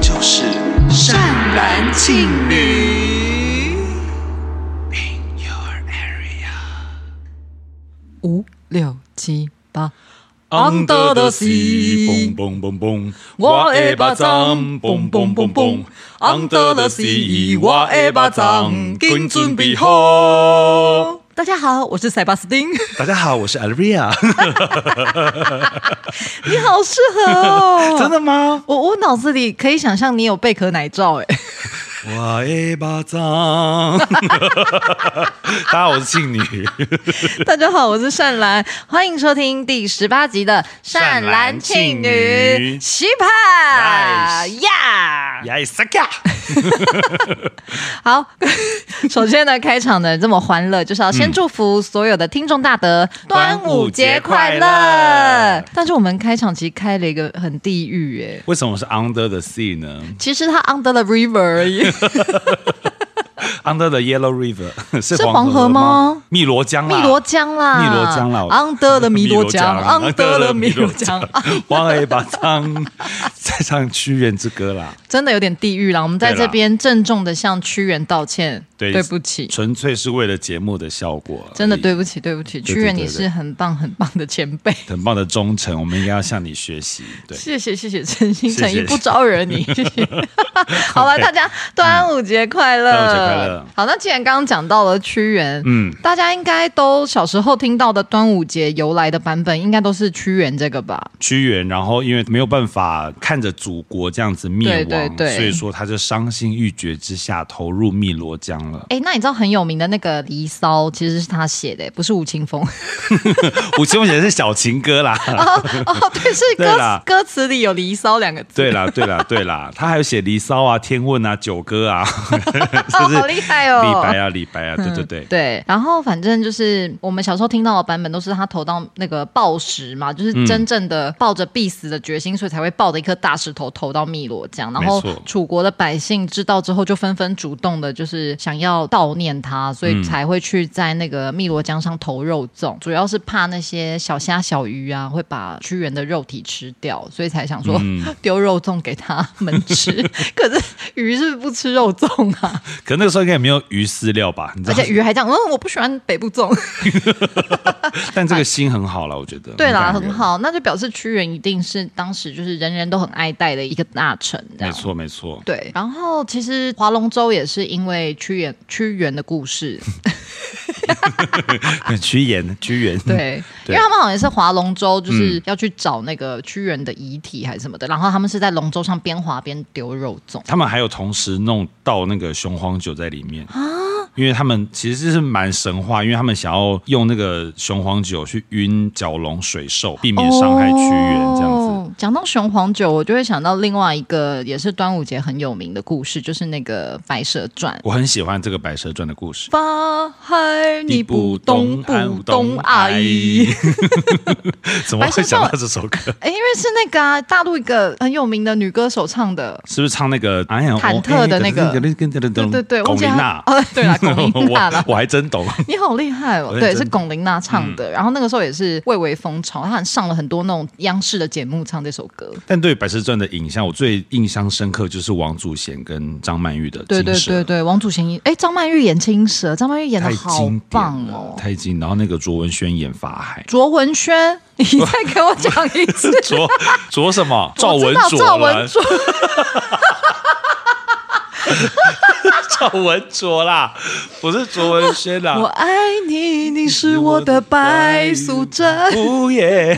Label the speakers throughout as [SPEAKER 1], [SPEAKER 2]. [SPEAKER 1] 就是善男信女。In your area，
[SPEAKER 2] 五六七八。
[SPEAKER 3] Under the sea，蹦蹦蹦蹦，我的巴掌，蹦蹦蹦蹦。Under the sea，我的巴掌，紧准备好。
[SPEAKER 2] 大家好，我是塞巴斯汀。
[SPEAKER 3] 大家好，我是 Alvia，
[SPEAKER 2] 你好适合哦，
[SPEAKER 3] 真的。吗？
[SPEAKER 2] 我我脑子里可以想象你有贝壳奶罩哎，
[SPEAKER 3] 我的巴掌。 大家好，我是庆女。
[SPEAKER 2] 大家好，我是善兰，欢迎收听第十八集的《善兰庆
[SPEAKER 3] 善兰庆
[SPEAKER 2] 女
[SPEAKER 3] 女
[SPEAKER 2] 西帕呀》。
[SPEAKER 3] 耶萨卡，
[SPEAKER 2] 好， 首先呢，开场的这么欢乐，就是要先祝福所有的听众大德、
[SPEAKER 3] 嗯端午节快乐
[SPEAKER 2] 但是我们开场其实开了一个很地狱耶、
[SPEAKER 3] 为什么是 Under the sea 呢
[SPEAKER 2] 其实它 under the river 而 已，
[SPEAKER 3] ？Under the Yellow River 是
[SPEAKER 2] 是
[SPEAKER 3] 黄
[SPEAKER 2] 黄河
[SPEAKER 3] 吗
[SPEAKER 2] 吗？
[SPEAKER 3] 汨罗江啦，
[SPEAKER 2] 汨罗江啦，
[SPEAKER 3] 汨罗江啦啊
[SPEAKER 2] ，under the 汨罗江，under the 汨罗江， 啊，
[SPEAKER 3] 我的巴掌，再唱屈原之歌啦。
[SPEAKER 2] 真的有点地狱啦。我们在
[SPEAKER 3] 对啦
[SPEAKER 2] 这边郑重的向屈原道歉，
[SPEAKER 3] 对
[SPEAKER 2] 不起。
[SPEAKER 3] 纯粹是为了节目的效果，
[SPEAKER 2] 真的对，不起，对不起，
[SPEAKER 3] 对
[SPEAKER 2] 屈原，
[SPEAKER 3] 对
[SPEAKER 2] 你
[SPEAKER 3] 对
[SPEAKER 2] 是很棒很棒的前辈，
[SPEAKER 3] 很棒的忠诚，我们应该要向你学习。对，
[SPEAKER 2] 谢谢谢谢，真心诚
[SPEAKER 3] 谢
[SPEAKER 2] 意
[SPEAKER 3] 谢
[SPEAKER 2] 不招惹 你。谢谢好了，
[SPEAKER 3] OK
[SPEAKER 2] 大家端午节快乐！
[SPEAKER 3] 端午节快乐
[SPEAKER 2] 好，那既然刚刚讲到了屈原，
[SPEAKER 3] 嗯
[SPEAKER 2] 嗯，大家应该都小时候听到的端午节由来的版本，应该都是屈原这个吧？
[SPEAKER 3] 屈原，然后因为没有办法看着祖国这样子灭亡，
[SPEAKER 2] 对对对。
[SPEAKER 3] 所以说他就伤心欲绝之下投入汨罗江了
[SPEAKER 2] 哎，那你知道很有名的那个《离骚》其实是他写的，不是吴青峰
[SPEAKER 3] 吴青峰写的是小情歌啦，
[SPEAKER 2] 哦，对，是
[SPEAKER 3] 对啦
[SPEAKER 2] 歌歌词里有“离骚”两个字，
[SPEAKER 3] 对啦，对啦，对啦，他还有写《离骚》啊、《天问》啊、《九歌》啊，
[SPEAKER 2] 哦，
[SPEAKER 3] 就是
[SPEAKER 2] 好厉害哦！
[SPEAKER 3] 李白啊、李白啊，对
[SPEAKER 2] 嗯
[SPEAKER 3] 对对。
[SPEAKER 2] 对，然后反正就是我们小时候听到的版本都是他投到那个暴石嘛，就是
[SPEAKER 3] 嗯
[SPEAKER 2] 真正的抱着必死的决心，所以才会抱着一颗大石头投到汨罗江。然后
[SPEAKER 3] 没错
[SPEAKER 2] 楚国的百姓知道之后，就纷纷主动的，就是想要悼念他，所
[SPEAKER 3] 嗯
[SPEAKER 2] 以才会去在那个汨罗江上投肉粽，主要是怕那些小虾小鱼啊会把屈原的肉体吃掉，所以才想说、
[SPEAKER 3] 嗯
[SPEAKER 2] 丢肉粽给他们吃。 可是鱼是不吃肉粽啊，
[SPEAKER 3] 可那个时候应该也没有鱼饲料吧？你知
[SPEAKER 2] 而
[SPEAKER 3] 道
[SPEAKER 2] 且，鱼还这样，嗯，我不喜欢北部 粽。
[SPEAKER 3] 但这个心很好了，我觉得。
[SPEAKER 2] 哎对啦，
[SPEAKER 3] 感人
[SPEAKER 2] 很。好，那就表示屈原一定是当时就是人人都很爱戴的一个大臣，这
[SPEAKER 3] 没
[SPEAKER 2] 样。
[SPEAKER 3] 错，没错。
[SPEAKER 2] 对，然后其实划龙舟也是因为屈原屈原的故 事，
[SPEAKER 3] 屈原，屈原。
[SPEAKER 2] 对，因
[SPEAKER 3] 对
[SPEAKER 2] 为他们好像也是划龙舟，就是要去找那个屈原的遗体还是什么的，然后他们是在龙舟上边划边丢肉粽，
[SPEAKER 3] 他们还有同时弄到那个雄黄酒在里面啊，因为他们其实是蛮神话，因为他们想要用那个雄黄酒去晕蛟龙水兽，避免伤害屈原这样子。
[SPEAKER 2] 哦讲到雄黄酒，我就会想到另外一个也是端午节很有名的故事，就是那个《白蛇传》。
[SPEAKER 3] 我很喜欢这个《白蛇传》的故事。
[SPEAKER 2] 法海你不懂不懂阿姨。，
[SPEAKER 3] 怎么会想到这首歌？
[SPEAKER 2] 哎，因为是那个、啊、大陆一个很有名的女歌手唱的，
[SPEAKER 3] 是不是唱那个哎呀
[SPEAKER 2] 忐忑的那个
[SPEAKER 3] 对
[SPEAKER 2] 对对对，
[SPEAKER 3] 嗯龚
[SPEAKER 2] 忘记
[SPEAKER 3] 琳
[SPEAKER 2] 她
[SPEAKER 3] 娜。。
[SPEAKER 2] 哦，对啦，龚琳娜啦
[SPEAKER 3] 我还真懂。
[SPEAKER 2] 你好厉害哦
[SPEAKER 3] 我！认
[SPEAKER 2] 对，
[SPEAKER 3] 真嗯
[SPEAKER 2] 是龚琳娜唱的。然后那个时候也是蔚为风潮，她很上了很多那种央视的节目唱这首歌。
[SPEAKER 3] 但对《白蛇传》的影像，我最印象深刻就是王祖贤跟张曼玉的
[SPEAKER 2] 对
[SPEAKER 3] 金
[SPEAKER 2] 对
[SPEAKER 3] 蛇
[SPEAKER 2] 对对，王祖贤演，哎，张曼玉演青蛇，张曼玉演的
[SPEAKER 3] 太
[SPEAKER 2] 好
[SPEAKER 3] 经典
[SPEAKER 2] 棒
[SPEAKER 3] 了
[SPEAKER 2] 哦，。，
[SPEAKER 3] 太经。然后那个卓文萱演法海
[SPEAKER 2] 卓文萱，你再给我讲一 次。
[SPEAKER 3] 卓卓什么？赵
[SPEAKER 2] 我知
[SPEAKER 3] 文
[SPEAKER 2] 道
[SPEAKER 3] 卓
[SPEAKER 2] 赵
[SPEAKER 3] 啦
[SPEAKER 2] 文，卓，
[SPEAKER 3] 赵文卓啦，不是卓文萱
[SPEAKER 2] 我
[SPEAKER 3] 啦。
[SPEAKER 2] 爱你，你是我的白素贞。
[SPEAKER 3] 呜耶，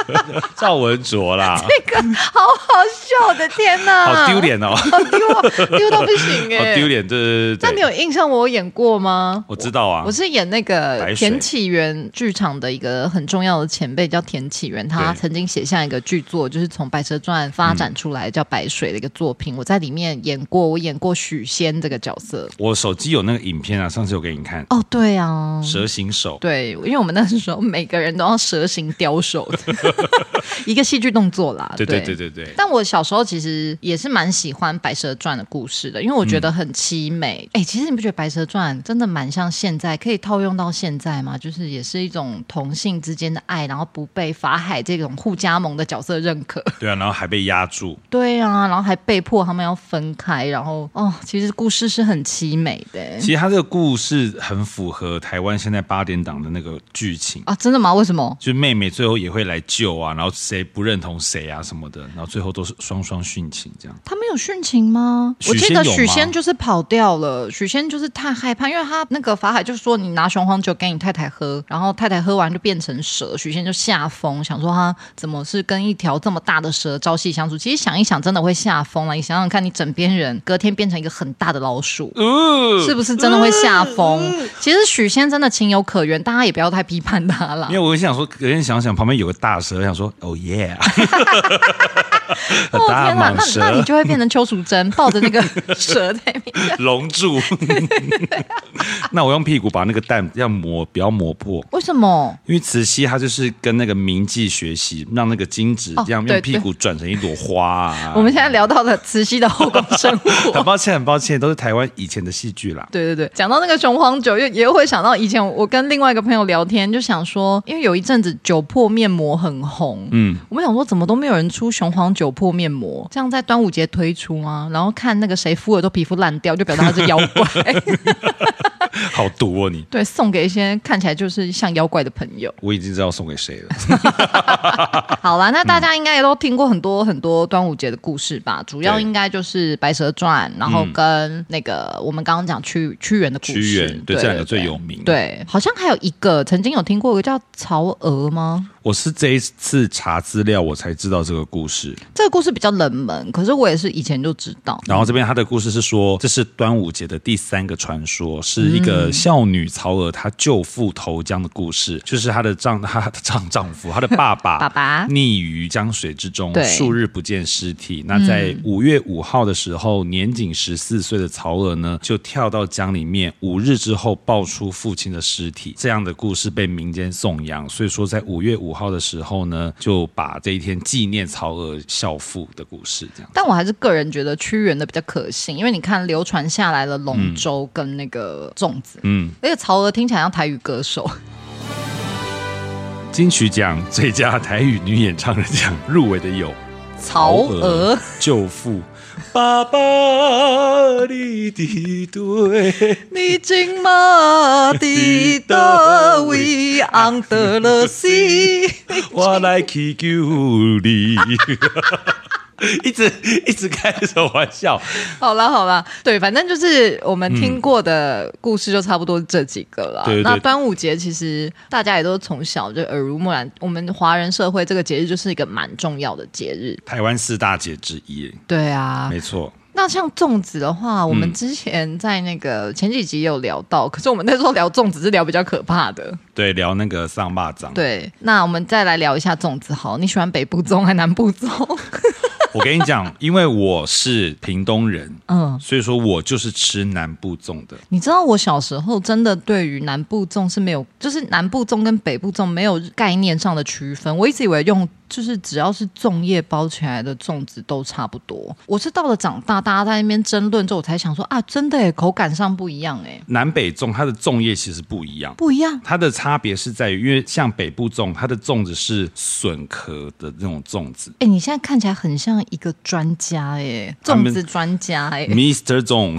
[SPEAKER 3] 赵文卓啦，
[SPEAKER 2] 好好笑，我的天哪，
[SPEAKER 3] 好丢，脸 哦，好
[SPEAKER 2] 好丢啊丢到不行 哎、
[SPEAKER 3] 丢。脸。对对对
[SPEAKER 2] 那你
[SPEAKER 3] 对，
[SPEAKER 2] 有印象我有演过吗？
[SPEAKER 3] 我知道啊
[SPEAKER 2] 我，是演那个
[SPEAKER 3] 白水
[SPEAKER 2] 田启源剧场的一个很重要的前辈，叫田启源，他
[SPEAKER 3] 对
[SPEAKER 2] 曾经写下一个剧作，就是从《白蛇传》发展出来叫《白水》的一个作品。我在里面演过，我演过许仙这个角色。
[SPEAKER 3] 我手机有那个影片啊，上次有给你看《
[SPEAKER 2] 哦，对啊，
[SPEAKER 3] 蛇形手》。
[SPEAKER 2] 对，因为我们那时候每 个人都要蛇形刁手，一个戏剧动作啦。
[SPEAKER 3] 对对对对对，
[SPEAKER 2] 但我小时候其实也是蛮喜欢《白蛇传》的故事的，因为我觉得很凄美。
[SPEAKER 3] 嗯
[SPEAKER 2] 哎、其实你不觉得《白蛇传》真的蛮像现在可以套用到现在吗？就是也是一种同性之间的爱，然后不被法海这种互加盟的角色认 可。
[SPEAKER 3] 对啊，然后还被压住，
[SPEAKER 2] 对啊，然后还被迫他们要分开，然后哦，其实故事是很凄美的欸
[SPEAKER 3] 其实他这个故事很符合台湾现在八点档的那个剧情。
[SPEAKER 2] 啊，真的吗？为什么？
[SPEAKER 3] 就是妹妹最后也会来救啊，然后谁不认同谁啊什么的，然后最后都是双双殉情这样。
[SPEAKER 2] 他们有殉情吗？
[SPEAKER 3] 许
[SPEAKER 2] 我记
[SPEAKER 3] 仙
[SPEAKER 2] 得
[SPEAKER 3] 有
[SPEAKER 2] 许
[SPEAKER 3] 吗
[SPEAKER 2] 仙就是跑掉了，许仙就是太害怕，因为他那个法海就说你拿雄黄酒给你太太喝，然后太太喝完就变成蛇，许仙就吓疯，想说他怎么是跟一条这么大的蛇朝夕相处？其实想一想，真的会吓疯啊了。你想想看，你枕边人隔天变成一个很大的老鼠，
[SPEAKER 3] 呃
[SPEAKER 2] 是不是真的会吓疯？其实许仙真的情有可原，大家也不要太批判他啦
[SPEAKER 3] 因为。我想说，隔天想想旁边有个大蛇，想说 哦耶，
[SPEAKER 2] 哦
[SPEAKER 3] 大
[SPEAKER 2] 天哪，那
[SPEAKER 3] 蟒
[SPEAKER 2] 那你
[SPEAKER 3] 蛇
[SPEAKER 2] 就会变成邱淑贞抱着那个蛇在那边。
[SPEAKER 3] 龙柱。那我用屁股把那个蛋要磨，不要磨破。
[SPEAKER 2] 为什么？
[SPEAKER 3] 因为慈禧她就是跟那个铭记学习，让那个金纸这样
[SPEAKER 2] 哦
[SPEAKER 3] 用
[SPEAKER 2] 对
[SPEAKER 3] 屁股转成一朵花、啊。
[SPEAKER 2] 我们现在聊到了慈禧的后宫生
[SPEAKER 3] 很
[SPEAKER 2] 活。
[SPEAKER 3] 抱歉，很抱歉，都是台湾以前的戏剧啦。
[SPEAKER 2] 对对对，讲到那个雄黄酒，又也会想到以前我跟另外一个朋友聊天，就想说，因为有一阵子酒粕面膜很红，嗯，我们想说怎么都没有人出雄黄酒粕面膜，这样在端午节推出吗？然后看那个谁敷了都皮肤烂掉，就表达他是妖 怪，
[SPEAKER 3] 好毒哦你！
[SPEAKER 2] 对，送给一些看起来就是像妖怪的朋友。
[SPEAKER 3] 我已经知道送给谁了。
[SPEAKER 2] 好啦，那大家应该也都听过很多很多端午节的故事吧？主要
[SPEAKER 3] 嗯对嗯
[SPEAKER 2] 应该就是《白蛇传》，然后跟那个我们刚刚讲屈屈原的故事，
[SPEAKER 3] 屈原对
[SPEAKER 2] 对
[SPEAKER 3] 这两个最有名
[SPEAKER 2] 对，好像还有一个曾经有听过一个叫曹娥吗？
[SPEAKER 3] 我是这一次查资料，我才知道这个故事。
[SPEAKER 2] 这个故事比较冷门，可是我也是以前就知道。
[SPEAKER 3] 然后这边他的故事是说，这是端午节的第三个传说，是一个孝女曹娥她救父投江的故事，就是她的丈她的丈丈夫她的爸爸
[SPEAKER 2] 爸爸
[SPEAKER 3] 溺于江水之中
[SPEAKER 2] 对，嗯
[SPEAKER 3] 数日不见尸体。那在五月五号的时候，年仅十四岁的曹娥呢，就跳到江里面，五日之后爆出父亲的尸体。这样的故事被民间颂扬，所以说在五月五号的时候呢，就把这一天纪念曹娥孝父的故事这样。
[SPEAKER 2] 但我还是个人觉得屈原的比较可信，因为你看流传下来了龙舟跟那个粽子，
[SPEAKER 3] 嗯。
[SPEAKER 2] 而且曹娥听起来像台语歌手，
[SPEAKER 3] 金曲奖最佳台语女演唱人奖入围的有
[SPEAKER 2] 曹娥。、
[SPEAKER 3] 舅父、爸爸你的对，
[SPEAKER 2] 你今嘛伫倒位，红得了死。
[SPEAKER 3] 我来去救你。一直一直开这种玩笑，
[SPEAKER 2] 好啦好啦，对，反正就是我们听过的故事就差不多这几个啦。
[SPEAKER 3] 对对对
[SPEAKER 2] 那端午节其实大家也都从小就耳濡目染，我们华人社会这个节日就是一个蛮重要的节日。
[SPEAKER 3] 台湾四大节之一，
[SPEAKER 2] 对啊，嗯
[SPEAKER 3] 没错。
[SPEAKER 2] 那像粽子的话，我们之前在那个前几集也有聊到，可是我们那时候聊粽子是聊比较可怕的。
[SPEAKER 3] 对，聊那个丧霸掌，
[SPEAKER 2] 对，那我们再来聊一下粽子好，你喜欢北部粽还南部粽？
[SPEAKER 3] 我跟你讲，因为我是屏东人，
[SPEAKER 2] 嗯，
[SPEAKER 3] 所以说我就是吃南部粽的。
[SPEAKER 2] 你知道我小时候真的对于南部粽是没有，就是南部粽跟北部粽没有概念上的区分。我一直以为用就是只要是粽叶包起来的粽子都差不多。我是到了长大，大家在那边争论之后，我才想说啊，真的耶，口感上不一样哎，
[SPEAKER 3] 南北粽它的粽叶其实不一样，
[SPEAKER 2] 不一样。
[SPEAKER 3] 它的差别是在于，因为像北部粽，它的粽子是笋壳的那种粽子
[SPEAKER 2] 哎、你现在看起来很像一个专家哎，粽子专家哎，
[SPEAKER 3] ，Mr. 粽，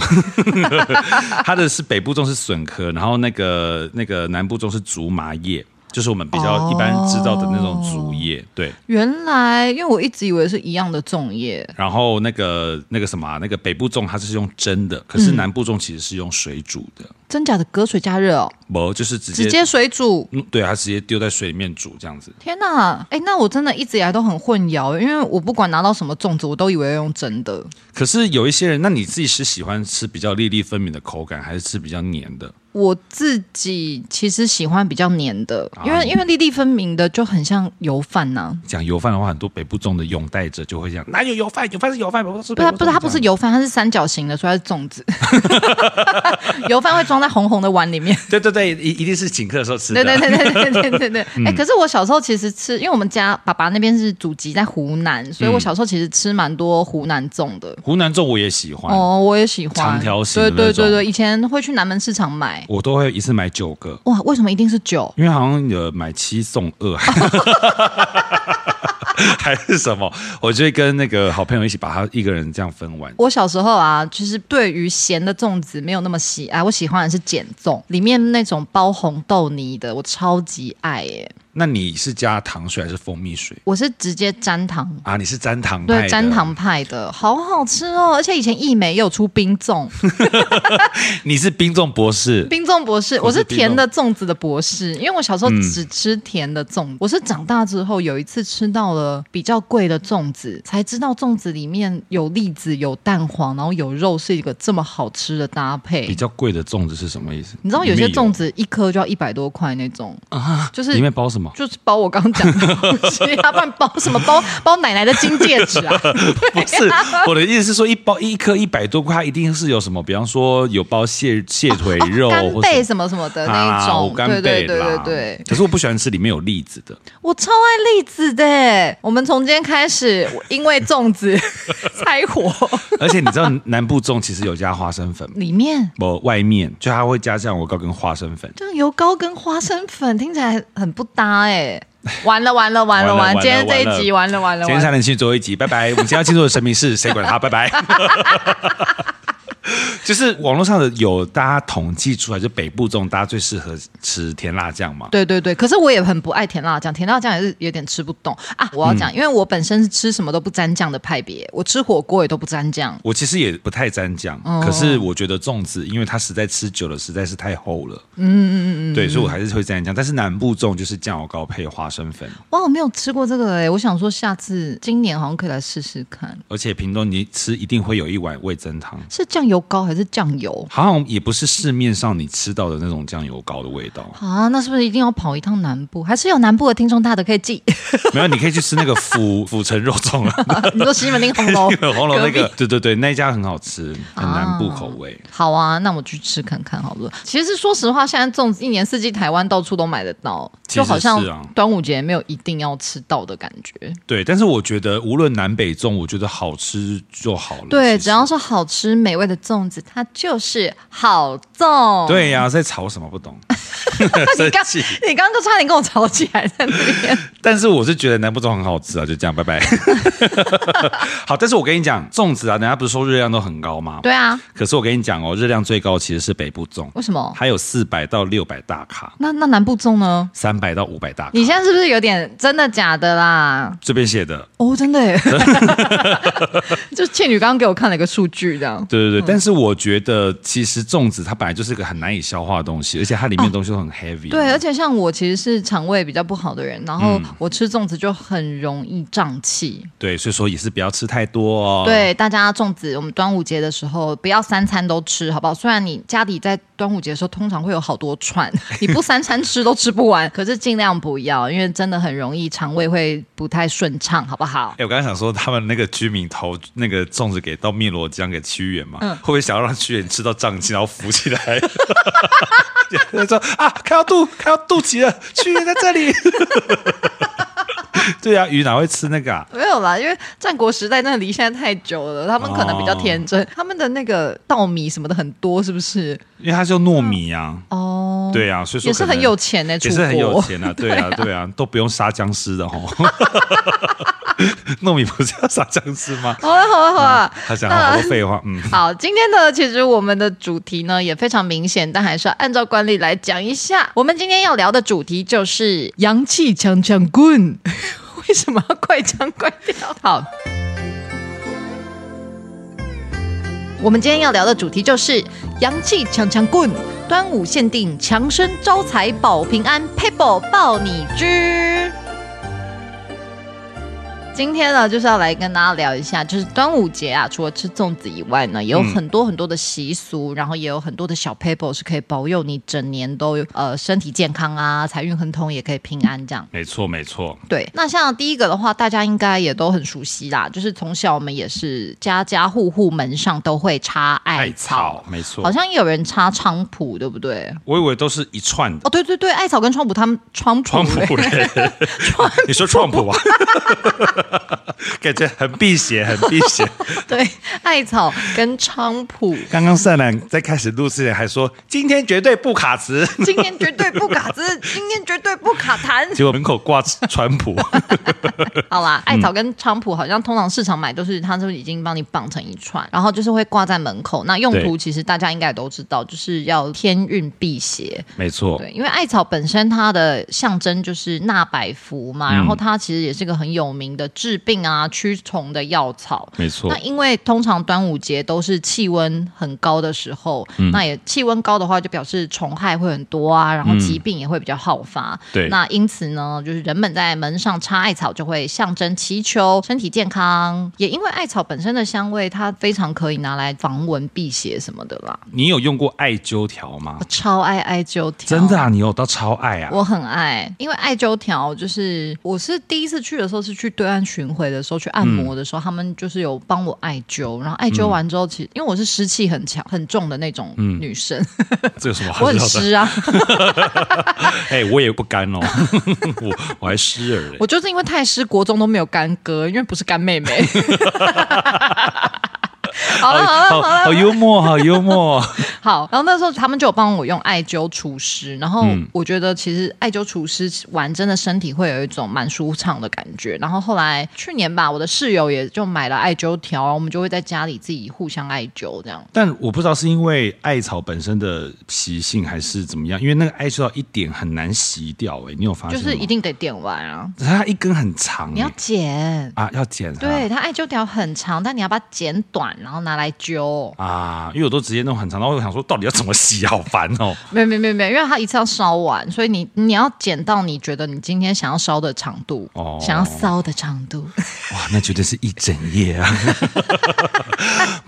[SPEAKER 3] 它的是北部粽是笋壳，然后那个那个南部粽是竹麻叶。就是我们比较
[SPEAKER 2] 哦
[SPEAKER 3] 一般知道的那种竹叶，对。
[SPEAKER 2] 原来因为我一直以为是一样的粽叶。
[SPEAKER 3] 然后那个那个什么啊、那个北部粽它是用蒸的，可
[SPEAKER 2] 嗯
[SPEAKER 3] 是南部粽其实是用水煮的，
[SPEAKER 2] 真假的隔水加热哦，
[SPEAKER 3] 不就是直接
[SPEAKER 2] 直接水煮。
[SPEAKER 3] 嗯，对，它直接丢在水里面煮这样子。
[SPEAKER 2] 天呐，哎，那我真的一直以来都很混淆，因为我不管拿到什么粽子，我都以为要用蒸的。
[SPEAKER 3] 可是有一些人，那你自己是喜欢吃比较粒粒分明的口感，还是吃比较黏的？
[SPEAKER 2] 我自己其实喜欢比较黏的，
[SPEAKER 3] 啊
[SPEAKER 2] 因为因为粒粒分明的就很像油饭呐、
[SPEAKER 3] 讲油饭的话，很多北部粽的拥戴者就会讲，哪有油饭？油饭是油饭，不是
[SPEAKER 2] 不
[SPEAKER 3] 北
[SPEAKER 2] 是它
[SPEAKER 3] 部粽
[SPEAKER 2] 不是它不是
[SPEAKER 3] 这样
[SPEAKER 2] 油饭，它是三角形的，所以它是粽子。 油饭会装在红红的碗里面。
[SPEAKER 3] 对对对，一一定是请客的时候吃的。啊嗯
[SPEAKER 2] 对对对对对对对对对。哎、可是我小时候其实吃，因为我们家爸爸那边是祖籍在湖南，所以
[SPEAKER 3] 嗯
[SPEAKER 2] 我小时候其实吃蛮多湖南粽的。
[SPEAKER 3] 湖南粽我也喜欢，
[SPEAKER 2] 哦，我也喜欢
[SPEAKER 3] 长条形的
[SPEAKER 2] 对对
[SPEAKER 3] 那种
[SPEAKER 2] 对对，以前会去南门市场买。
[SPEAKER 3] 我都会一次买九个，
[SPEAKER 2] 哇，为什么一定是九？
[SPEAKER 3] 因为好像有买七送 二，还是什么，我就会跟那个好朋友一起把它一个人这样分完。
[SPEAKER 2] 我小时候啊，其实对于咸的粽子没有那么喜爱，我喜欢的是碱粽，里面那种包红豆泥的，我超级爱耶、
[SPEAKER 3] 那你是加糖水还是蜂蜜水
[SPEAKER 2] 我是直接沾糖，
[SPEAKER 3] 啊？你是沾糖派
[SPEAKER 2] 对，
[SPEAKER 3] 的
[SPEAKER 2] 沾糖，派的，好好吃哦！而且以前义美也有出冰粽，
[SPEAKER 3] 你是冰粽博士。
[SPEAKER 2] 冰粽博士，
[SPEAKER 3] 我
[SPEAKER 2] 我
[SPEAKER 3] 是嗯
[SPEAKER 2] 是甜的粽子的博士，因为我小时候只吃甜的粽子，我是长大之后有一次吃到了比较贵的粽子，才知道粽子里面有栗子、有蛋黄，然后有肉，是一个这么好吃的搭
[SPEAKER 3] 比
[SPEAKER 2] 配。
[SPEAKER 3] 较贵的粽子是什么意思？
[SPEAKER 2] 你知道有些
[SPEAKER 3] 里面
[SPEAKER 2] 粽子一颗就要一百多块那种，就是
[SPEAKER 3] 啊里面包 什么？
[SPEAKER 2] 就是包我刚讲的东西，啊要不然包什么包 包奶奶的金戒指啊？
[SPEAKER 3] 不是我的意思是说，一包一颗一百多块，它一定是有什么，比方说有包蟹蟹腿肉、
[SPEAKER 2] 哦干
[SPEAKER 3] 或
[SPEAKER 2] 贝
[SPEAKER 3] 什
[SPEAKER 2] 什么什么的
[SPEAKER 3] 么
[SPEAKER 2] 那一
[SPEAKER 3] 啊我
[SPEAKER 2] 种，
[SPEAKER 3] 干
[SPEAKER 2] 对对
[SPEAKER 3] 贝
[SPEAKER 2] 对对
[SPEAKER 3] 啦
[SPEAKER 2] 对，
[SPEAKER 3] 可是我不喜欢吃里面有栗子 的，
[SPEAKER 2] 我超爱栗子的耶。我们从今天开始，我因为粽子 拆火，
[SPEAKER 3] 而且你知道南部粽其实有加花生粉吗，
[SPEAKER 2] 里面
[SPEAKER 3] 不，外面就它会加酱油膏跟花生粉。
[SPEAKER 2] 酱油膏跟花生粉听起来很不搭哎。完了完了完了
[SPEAKER 3] 完
[SPEAKER 2] 完！
[SPEAKER 3] 了
[SPEAKER 2] 今天这一集完了完了
[SPEAKER 3] 今天
[SPEAKER 2] 完
[SPEAKER 3] 三
[SPEAKER 2] 了！
[SPEAKER 3] 连星最后一集，拜拜。我们今天要进入的神明是谁管 他？拜拜。 就是网络上的有大家统计出来，就北部粽大家最适合吃甜辣酱嘛。
[SPEAKER 2] 对对对，可是我也很不爱甜辣酱，甜辣酱也是有点吃不懂啊！我要
[SPEAKER 3] 嗯
[SPEAKER 2] 讲，因为我本身是吃什么都不沾酱的派别，我吃火锅也都不沾酱。
[SPEAKER 3] 我其实也不太沾酱，可是我觉得粽子，因为它实在吃久了，实在是太厚了。嗯嗯嗯，对，所以我还是会沾酱。但是南部粽就是酱油膏配花生粉，
[SPEAKER 2] 哇，我没有吃过这个哎，我想说下次今年好像可以来试试看，
[SPEAKER 3] 而且屏东你吃一定会有一碗味增汤。
[SPEAKER 2] 是酱油膏还是酱油？，
[SPEAKER 3] 好像也不是市面上你吃到的那种酱油膏的味道
[SPEAKER 2] 啊，那是不是一定要跑一趟南部？还是有南部的听众大的可以寄？
[SPEAKER 3] 没有，你可以去吃那个府府城肉粽了，，
[SPEAKER 2] 你说西门町红楼
[SPEAKER 3] 红楼那
[SPEAKER 2] 哦隔
[SPEAKER 3] 个
[SPEAKER 2] 壁，
[SPEAKER 3] 对对对，那一家很好吃，很南部口味。
[SPEAKER 2] 好啊，那我去吃看看好了。其实说实话，现在粽子一年四季台湾到处都买得到，
[SPEAKER 3] 其
[SPEAKER 2] 就
[SPEAKER 3] 实
[SPEAKER 2] 好像
[SPEAKER 3] 是啊
[SPEAKER 2] 端午节没有一定要吃到的感觉。
[SPEAKER 3] 对，但是我觉得无论南北粽，我觉得好吃就好了。
[SPEAKER 2] 对，
[SPEAKER 3] 其实
[SPEAKER 2] 只要是好吃美味的粽子，它就是好粽。，
[SPEAKER 3] 对呀、在吵什么不懂，
[SPEAKER 2] 你
[SPEAKER 3] 生
[SPEAKER 2] 刚
[SPEAKER 3] 气。
[SPEAKER 2] 你刚刚差点跟我吵起来在那边。
[SPEAKER 3] 但是我是觉得南部粽很好吃啊，就这样，拜 拜。好，但是我跟你讲，粽子啊，人家不是说热量都很高吗？
[SPEAKER 2] 对哦啊，
[SPEAKER 3] 可是我跟你讲哦，热量最高其实是北部粽，
[SPEAKER 2] 为什么？
[SPEAKER 3] 还有四百到六百大卡，
[SPEAKER 2] 那那南部粽呢？
[SPEAKER 3] 三百到五百大卡。
[SPEAKER 2] 你现在是不是有点真的假的啦？
[SPEAKER 3] 这边写的，
[SPEAKER 2] 哦，真的耶！ 就倩女刚刚给我看了一个数据，这样。
[SPEAKER 3] 对对对。但是我觉得，其实粽子它本来就是个很难以消化的东西，而且它里面的东西都很 heavy。
[SPEAKER 2] 哦对，而嗯且像我其实是肠胃比较不好的人，然后我吃粽子就很容易胀气。
[SPEAKER 3] 对，所以说也是不要吃太多哦。，
[SPEAKER 2] 对，大家粽子，我们端午节的时候不要三餐都吃，好不好？虽然你家里在端午节的时候通常会有好多串，你不三餐吃都吃不 完，可是尽量不要，因为真的很容易肠胃会不太顺畅，好不好？
[SPEAKER 3] 哎，我刚才想说，他们那个居民投那个粽子给到汨罗江给屈原嘛，
[SPEAKER 2] 嗯
[SPEAKER 3] 会不会想要让屈原吃到胀气，然后浮起来？ 他说啊，看到肚，看到肚脐了，屈原在这里。 对啊，鱼哪会吃那个啊？
[SPEAKER 2] 没有啦，因为战国时代那离现在太久了，他们可能比较天真，他们的那个稻米什么的很多，是不是？
[SPEAKER 3] 因为它是用糯米啊。
[SPEAKER 2] 哦，
[SPEAKER 3] 对啊，所以说
[SPEAKER 2] 也是
[SPEAKER 3] 可能
[SPEAKER 2] 很有钱呢、出
[SPEAKER 3] 也
[SPEAKER 2] 国
[SPEAKER 3] 是很有钱啊，对啊，对啊，都不用杀僵尸的吼。 糯米不是要杀僵尸吗？
[SPEAKER 2] 好了好了啊好了，
[SPEAKER 3] 他讲好多废话，嗯，
[SPEAKER 2] 好，今天呢，其实我们的主题呢也非常明显，但还是要按照惯例来讲一下。我们今天要聊的主题就是阳气强强棍， 为什么要怪腔怪调？好。我们今天要聊的主题就是阳气强强棍，端午限定强身招财保平安 p a p e 爆你知。今天呢，就是要来跟大家聊一下，就是端午节啊，除了吃粽子以外呢，也有很多很多的习俗，然后也有很多的小 paper 是可以保佑你整年都有呃身体健康啊，财运亨通，也可以平安这样。
[SPEAKER 3] 没错，没错，
[SPEAKER 2] 对，那像第一个的话，大家应该也都很熟悉啦，就是从小我们也是家家户户门上都会插艾草，，
[SPEAKER 3] 没错。
[SPEAKER 2] 好像也有人插菖蒲，对不对？
[SPEAKER 3] 我以为都是一串的
[SPEAKER 2] 哦，对对对，艾草跟菖蒲，他们菖蒲欸
[SPEAKER 3] 川普嘞，你说川普啊？感觉很辟邪，很辟邪。
[SPEAKER 2] 对，艾草跟菖蒲，
[SPEAKER 3] 刚刚善兰在开始录之前还说今天绝对不卡词，
[SPEAKER 2] 今天绝对不卡兹，今天绝对不卡痰。
[SPEAKER 3] 结果门口挂川普，
[SPEAKER 2] 好啦，艾草跟菖蒲好像通常市场买都是它就已经帮你绑成一串，然后就是会挂在门口。那用途
[SPEAKER 3] 对
[SPEAKER 2] 其实大家应该也都知道，就是要天运辟邪。
[SPEAKER 3] 没错，
[SPEAKER 2] 对，因为艾草本身它的象征就是纳百福嘛，然后它其实也是个很有名的治病啊、驱虫的药草。
[SPEAKER 3] 没错
[SPEAKER 2] 那，因为通常端午节都是气温很高的时候，
[SPEAKER 3] 嗯
[SPEAKER 2] 那也气温高的话，就表示虫害会很多啊，然后疾病也会比较好发。
[SPEAKER 3] 嗯对
[SPEAKER 2] 那因此呢，就是人们在门上插艾草，就会象征祈求身体健康。也因为艾草本身的香味，它非常可以拿来防蚊辟邪什么的啦。
[SPEAKER 3] 你有用过艾灸条吗
[SPEAKER 2] 我？超爱艾灸条，
[SPEAKER 3] 真的啊，你有到超爱啊？
[SPEAKER 2] 我很爱，因为艾灸条就是我是第一次去的时候是去对岸巡回的时候去按摩的时候，他们就是有帮我艾灸，然后艾灸完之后，其实因为我是湿气很强、很重的那种女 生，
[SPEAKER 3] 这有什么
[SPEAKER 2] 我
[SPEAKER 3] 好
[SPEAKER 2] 很
[SPEAKER 3] 笑的？
[SPEAKER 2] 湿啊，
[SPEAKER 3] 哎，我也不干哦，我我还湿耳 嘞
[SPEAKER 2] 我。就是因为太湿，国中都没有干哥，因为不是干妹 妹。好了好了
[SPEAKER 3] 好好幽默，好幽默。
[SPEAKER 2] 好，然后那时候他们就有帮我用艾灸除湿，然后
[SPEAKER 3] 嗯
[SPEAKER 2] 我觉得其实艾灸除湿完真的身体会有一种蛮舒畅的感觉。然后后来去年吧，我的室友也就买了艾灸条，我们就会在家里自己互相艾灸这样。
[SPEAKER 3] 但我不知道是因为艾草本身的习性还是怎么样，因为那个艾草一点很难洗掉、哎，你有发
[SPEAKER 2] 就
[SPEAKER 3] 现吗？嗯
[SPEAKER 2] 是一定得点完啊，
[SPEAKER 3] 它一根很长、
[SPEAKER 2] 你要
[SPEAKER 3] 哎
[SPEAKER 2] 剪，
[SPEAKER 3] 啊，要剪它
[SPEAKER 2] 对，它艾灸条很长，但你要把它剪短，然后拿来灸。
[SPEAKER 3] 啊，因为我都直接弄很长，然后我想说到底要怎么洗，好烦哦。
[SPEAKER 2] 没有没有没有没有，因为它一次要烧完，所以你你要剪到你觉得你今天想要烧的长度，
[SPEAKER 3] 哦
[SPEAKER 2] 想要烧的长度。
[SPEAKER 3] 哇，那绝对是一整夜啊，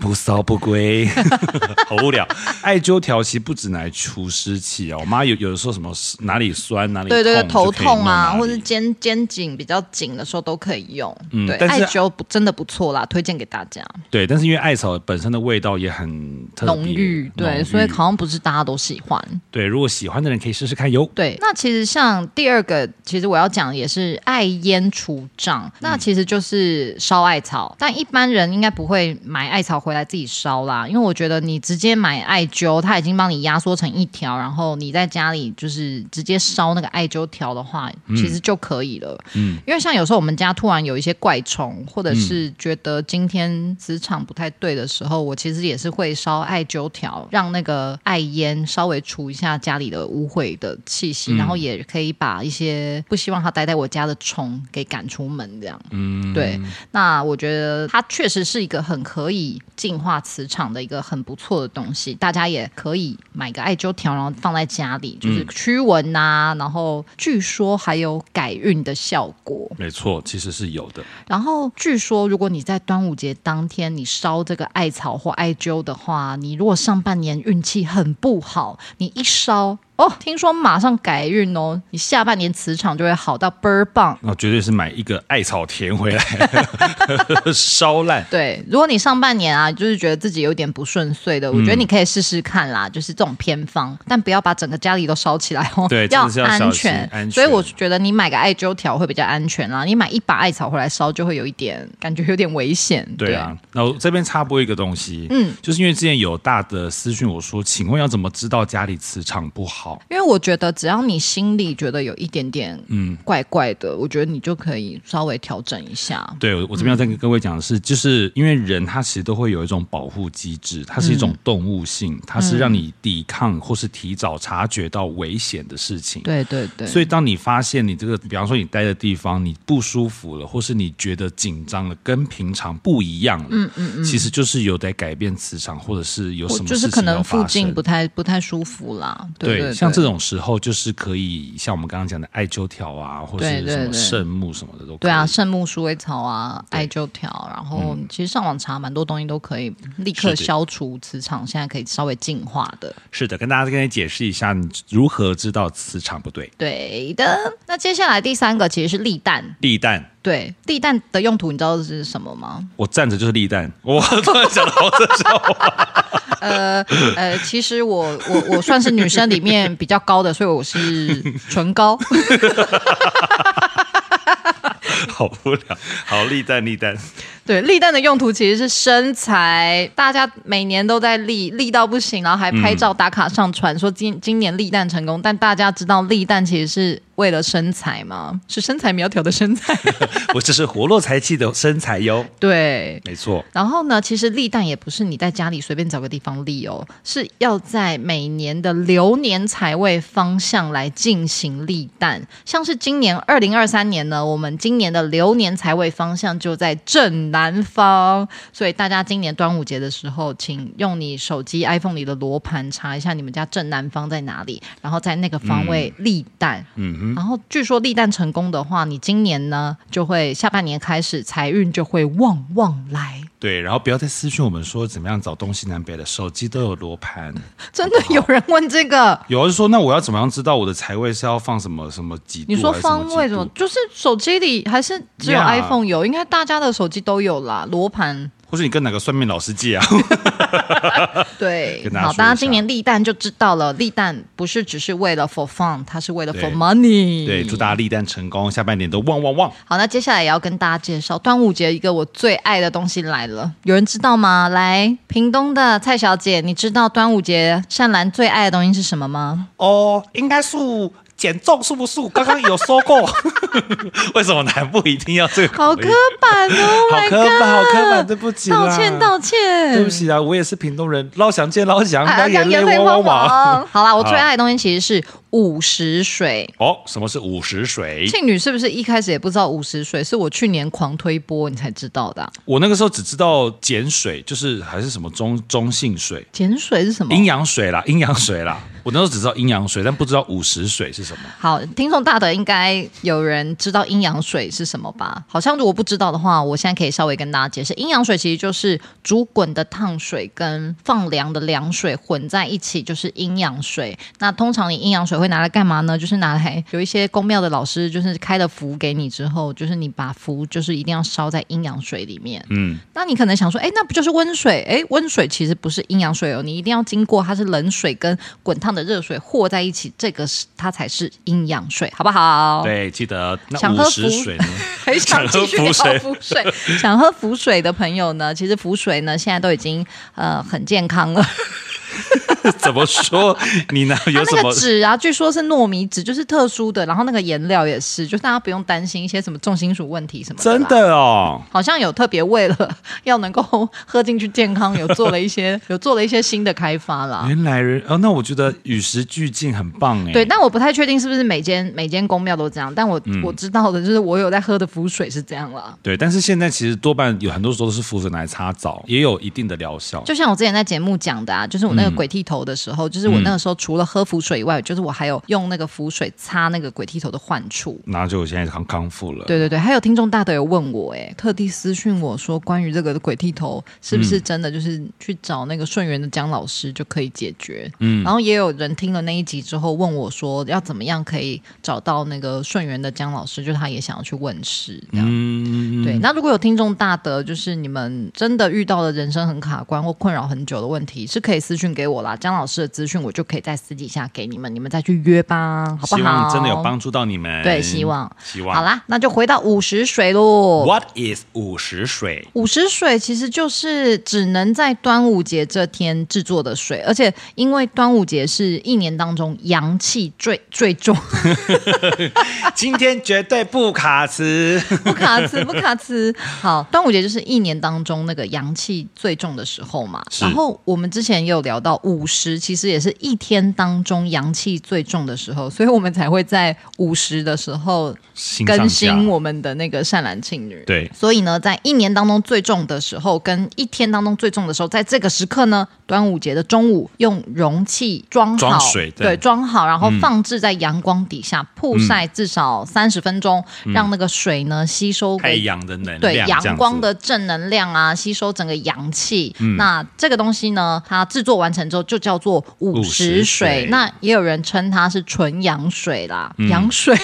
[SPEAKER 3] 不骚不归， 好无聊。艾灸条其实不止拿来除湿气啊，我妈有有的时候什么哪里酸哪里
[SPEAKER 2] 对对对，头
[SPEAKER 3] 就可以弄
[SPEAKER 2] 痛啊，
[SPEAKER 3] 哪里
[SPEAKER 2] 或者肩肩颈比较紧的时候都可以用。
[SPEAKER 3] 嗯
[SPEAKER 2] 对，
[SPEAKER 3] 但
[SPEAKER 2] 艾
[SPEAKER 3] 是
[SPEAKER 2] 灸不真的不错啦，推荐给大家，
[SPEAKER 3] 对，但是因为艾草本身的味道也很特别
[SPEAKER 2] 浓郁对，
[SPEAKER 3] 浓
[SPEAKER 2] 所以
[SPEAKER 3] 郁
[SPEAKER 2] 好像不是大家都喜欢。
[SPEAKER 3] 对，如果喜欢的人可以试试看哟。
[SPEAKER 2] 对，那其实像第二个，其实我要讲的也是艾烟除瘴，
[SPEAKER 3] 嗯
[SPEAKER 2] 那其实就是烧艾草，但一般人应该不会买艾草回来自己烧啦，因为我觉得你直接买艾灸，它已经帮你压缩成一条，然后你在家里就是直接烧那个艾灸条的话，
[SPEAKER 3] 嗯
[SPEAKER 2] 其实就可以了。嗯，因为像有时候我们家突然有一些怪虫，或者是觉得今天磁场不太对的时候，我其实也是会烧艾灸条，让那个艾烟稍微除一下家里的污秽的气息，然后也可以把一些不希望它待在我家的虫给赶出门，这样。嗯，对。那我觉得它确实是一个很可以净化磁场的一个很不错的东西，大家也可以买个艾灸条，然后放在家里，就是驱蚊呐、然后据说还有改运的效果。
[SPEAKER 3] 没错，其实是有的。
[SPEAKER 2] 然后据说，如果你在端午节当天你烧这个艾草或艾灸的话，你如果上半年运气很不好，你一烧哦，听说马上改运哦，你下半年磁场就会好到倍儿棒。
[SPEAKER 3] 那绝对是买一个艾草田回来 烧烂。
[SPEAKER 2] 对，如果你上半年啊，就是觉得自己有点不顺遂的，我觉得你可以试试看啦，
[SPEAKER 3] 嗯
[SPEAKER 2] 就是这种偏方，但不要把整个家里都烧起来哦，
[SPEAKER 3] 对
[SPEAKER 2] 要
[SPEAKER 3] 真的是要
[SPEAKER 2] 安
[SPEAKER 3] 小心
[SPEAKER 2] 全。
[SPEAKER 3] 安全
[SPEAKER 2] 所以我觉得你买个艾灸条会比较安全啦，你买一把艾草回来烧就会有一点感觉有点危险。
[SPEAKER 3] 对啊，那我这边插播一个东西，嗯，就是因为之前有大的私讯我说，请问要怎么知道家里磁场不好？
[SPEAKER 2] 因为我觉得，只要你心里觉得有一点点嗯怪怪的，我觉得你就可以稍微调整一下。
[SPEAKER 3] 对我我这边要再跟各位讲的是，就是因为人他其实都会有一种保护机制，它是一种动物性，它是让你抵抗或是提早察觉到危险的事情。
[SPEAKER 2] 对对对，
[SPEAKER 3] 所
[SPEAKER 2] 以
[SPEAKER 3] 以，当你发现你这个，比方说你待的地方你不舒服了，或是你觉得紧张了，跟平常不一样了，嗯嗯嗯，其实就是有在改变磁场，或者是有
[SPEAKER 2] 我
[SPEAKER 3] 什
[SPEAKER 2] 哦
[SPEAKER 3] 么
[SPEAKER 2] 就
[SPEAKER 3] 事
[SPEAKER 2] 是可
[SPEAKER 3] 情要
[SPEAKER 2] 能附
[SPEAKER 3] 发生
[SPEAKER 2] 近不。太不太舒服啦。
[SPEAKER 3] 对
[SPEAKER 2] 对对
[SPEAKER 3] 像这种时候，就是可以像我们刚刚讲的艾灸条啊，或是
[SPEAKER 2] 对对
[SPEAKER 3] 什么
[SPEAKER 2] 对
[SPEAKER 3] 圣木什么的都可以。
[SPEAKER 2] 对啊，圣木鼠尾草啊，
[SPEAKER 3] 对
[SPEAKER 2] 艾灸条，然后其实上网查蛮多东西都可以立刻
[SPEAKER 3] 是的
[SPEAKER 2] 消除磁场，现在可以稍微净化的。
[SPEAKER 3] 是的，跟大家跟你解释一下，你如何知道磁场不对。
[SPEAKER 2] 对的，那接下来第三个其实是立蛋，
[SPEAKER 3] 立蛋，
[SPEAKER 2] 对，立蛋的用途你知道是什么吗？
[SPEAKER 3] 我站着就是立蛋。我突然想到这笑话，
[SPEAKER 2] 呃，其实我我我算是女生里面比较高的，所以我是唇膏。
[SPEAKER 3] 好无聊。好，立蛋，立蛋。
[SPEAKER 2] 对，立蛋的用途其实是身材，大家每年都在立，立到不行，然后还拍照打卡上传，说今今年立蛋成功。但大家知道立蛋其实是为了身材吗？是身材苗条的身材。
[SPEAKER 3] 我这是活络财气的身材哟。
[SPEAKER 2] 对，
[SPEAKER 3] 没错，
[SPEAKER 2] 然后呢，其实立蛋也不是你在家里随便找个地方立哦，是要在每年的流年财位方向来进行立蛋。像是今年二零二三年呢，我们今年的流年财位方向就在正南方，所以大家今年端午节的时候，请用你手机 iPhone 里的罗盘查一下你们家正南方在哪里，然后在那个方位立蛋。然后据说立蛋成功的话，你今年呢就会下半年开始财运就会旺旺来。
[SPEAKER 3] 对。然后不要再私讯我们说怎么样找东西南北的，手机都有罗盘。
[SPEAKER 2] 真的有人问这 个？
[SPEAKER 3] 有人说，那我要怎么样知道我的财位是要放什么什么几度？
[SPEAKER 2] 你说方位怎么
[SPEAKER 3] 么？？
[SPEAKER 2] 就是手机里还是只有
[SPEAKER 3] Yeah
[SPEAKER 2] iPhone 有应该大家的手机都有啦，罗盘。
[SPEAKER 3] 或是你跟哪个算命老师借啊？
[SPEAKER 2] 嗯对
[SPEAKER 3] 跟，大家
[SPEAKER 2] 好，
[SPEAKER 3] 说一
[SPEAKER 2] 大家
[SPEAKER 3] 下
[SPEAKER 2] 今年立蛋就知道了，立蛋不是只是为了 for fun，它是为了
[SPEAKER 3] 对
[SPEAKER 2] for money。
[SPEAKER 3] 对，祝大家立蛋成功，下半年都旺旺旺！
[SPEAKER 2] 好，那接下来也要跟大家介绍端午节一个我最爱的东西来了，有人知道吗？来，屏东的蔡小姐，你知道端午节善兰最爱的东西是什么吗？
[SPEAKER 3] 哦，应该是减重是不是？刚刚有说过， 为什么南部一定要这个口
[SPEAKER 2] 好
[SPEAKER 3] 音？
[SPEAKER 2] 刻板哦，My God！
[SPEAKER 3] 好刻板，好刻板，对不起啦，
[SPEAKER 2] 道歉道歉，
[SPEAKER 3] 对不。起啊，我也是屏东人，老想见老想，
[SPEAKER 2] 啊，
[SPEAKER 3] 让眼
[SPEAKER 2] 汪
[SPEAKER 3] 泪
[SPEAKER 2] 啊
[SPEAKER 3] 汪汪汪。
[SPEAKER 2] 汪。 好啦，我最爱的东西其实是午时水。
[SPEAKER 3] 哦，什么是午时水？
[SPEAKER 2] 庆女是不是一开始也不知道午时水？是我去年狂推波你才知道的啊、
[SPEAKER 3] 我那个时候只知道碱水，就是还是什么中中性水、
[SPEAKER 2] 碱水是什么？啊
[SPEAKER 3] 阴阳水啦，阴阳水啦。我那时候只知道阴阳水，但不知道午时水是什么。
[SPEAKER 2] 好，听众大的应该有人知道阴阳水是什么吧？好像如果不知道的话，我现在可以稍微跟大家解释，阴阳水其实就是煮滚的烫水跟放凉的凉水混在一起，就是阴阳水。那通常你阴阳水会拿来干嘛呢？就是拿来有一些宫庙的老师就是开了符给你之后，就是你把符就是一定要烧在阴阳水里面。
[SPEAKER 3] 嗯，
[SPEAKER 2] 那你可能想说，哎，那不就是温水？哎，温水其实不是阴阳水哦，你一定要经过它是冷水跟滚烫的热水和在一起，这个是它才是阴阳水，好不好？，
[SPEAKER 3] 对，记得那
[SPEAKER 2] 想
[SPEAKER 3] 午
[SPEAKER 2] 喝
[SPEAKER 3] 时
[SPEAKER 2] 福
[SPEAKER 3] 水呢？
[SPEAKER 2] 很想继续聊
[SPEAKER 3] 想喝
[SPEAKER 2] 浮水。想喝浮水的朋友呢，其实浮水呢现在都已经呃很健康了，
[SPEAKER 3] 怎么说？你 呢？ 有
[SPEAKER 2] 它
[SPEAKER 3] 什
[SPEAKER 2] 那
[SPEAKER 3] 么
[SPEAKER 2] 个？纸啊，据说是糯米纸，就是特殊的，然后那个颜料也是，就是大家不用担心一些什么重金属问题什么的啦。
[SPEAKER 3] 真的哦，
[SPEAKER 2] 好像有特别为了要能够 喝进去健康，有做了一些有做了一些新的开发啦。
[SPEAKER 3] 原来人哦，那我觉得与时俱进很棒哎。
[SPEAKER 2] 啊对，但我不太确定是不是每间每间公庙都这样，但我、我知道的就是我有在喝的浮水是这样啦。
[SPEAKER 3] 对，但是现在其实多半有很多时候都是浮粉来擦澡，也有一定的疗效。
[SPEAKER 2] 就像我之前在节目讲的啊，就是我那个鬼剃头的时候，就是我那个时候除了喝浮水以外，就是我还有用那个浮水擦那个鬼剃头的患处。
[SPEAKER 3] 那就我现在康康复了。
[SPEAKER 2] 对对对，还有听众大德有问我、哎，特地私讯我说，关于这个鬼剃头是不是真的就是去找那个顺源的姜老师就可以解决？嗯，然后也有人听了那一集之后问我说，要怎么样可以找到那个顺源的姜老师？就他也想要去问世，这样。
[SPEAKER 3] 嗯，
[SPEAKER 2] 对，那如果有听众大德，就是你们真的遇到了人生很卡关或困扰很久的问题，是可以私讯给我啦。姜老师的资讯我就可以在私底下给你们，你们再去约吧，好不好？
[SPEAKER 3] 希望真的有帮助到你们。
[SPEAKER 2] 对，希望
[SPEAKER 3] 希望。
[SPEAKER 2] 好啦，那就回到午时水喽。
[SPEAKER 3] ，What is 五十水？
[SPEAKER 2] 午时水其实就是只能在端午节这天制作的水，而且因为端午节是一年当中阳气最最重，
[SPEAKER 3] 今天绝对不卡词。
[SPEAKER 2] 不卡词，不卡词。好，端午节就是一年当中那个阳气最重的时候嘛。
[SPEAKER 3] 是
[SPEAKER 2] 然后我们之前也有聊到午时，其实也是一天当中阳气最重的时候，所以我们才会在午时的时候
[SPEAKER 3] 新上
[SPEAKER 2] 更
[SPEAKER 3] 下
[SPEAKER 2] 新我们的那个善男信女。
[SPEAKER 3] 对
[SPEAKER 2] 所以呢，在一年当中最重的时候，跟一天当中最重的时候，在这个时刻呢，端午节的中午，用容器装好
[SPEAKER 3] 装水对嗯
[SPEAKER 2] 对，装好，然后放置在阳光底下曝晒至少三十分钟，让那个水呢吸收
[SPEAKER 3] 嗯太
[SPEAKER 2] 给。
[SPEAKER 3] 阳的能量，
[SPEAKER 2] 对
[SPEAKER 3] 这样子
[SPEAKER 2] 阳光的正能量啊，吸收整个阳气。
[SPEAKER 3] 嗯
[SPEAKER 2] 那这个东西呢，它制作完成之后就叫做午
[SPEAKER 3] 午
[SPEAKER 2] 时
[SPEAKER 3] 时
[SPEAKER 2] 水
[SPEAKER 3] 水。嗯
[SPEAKER 2] 那也有人称它是纯阳水啦，阳水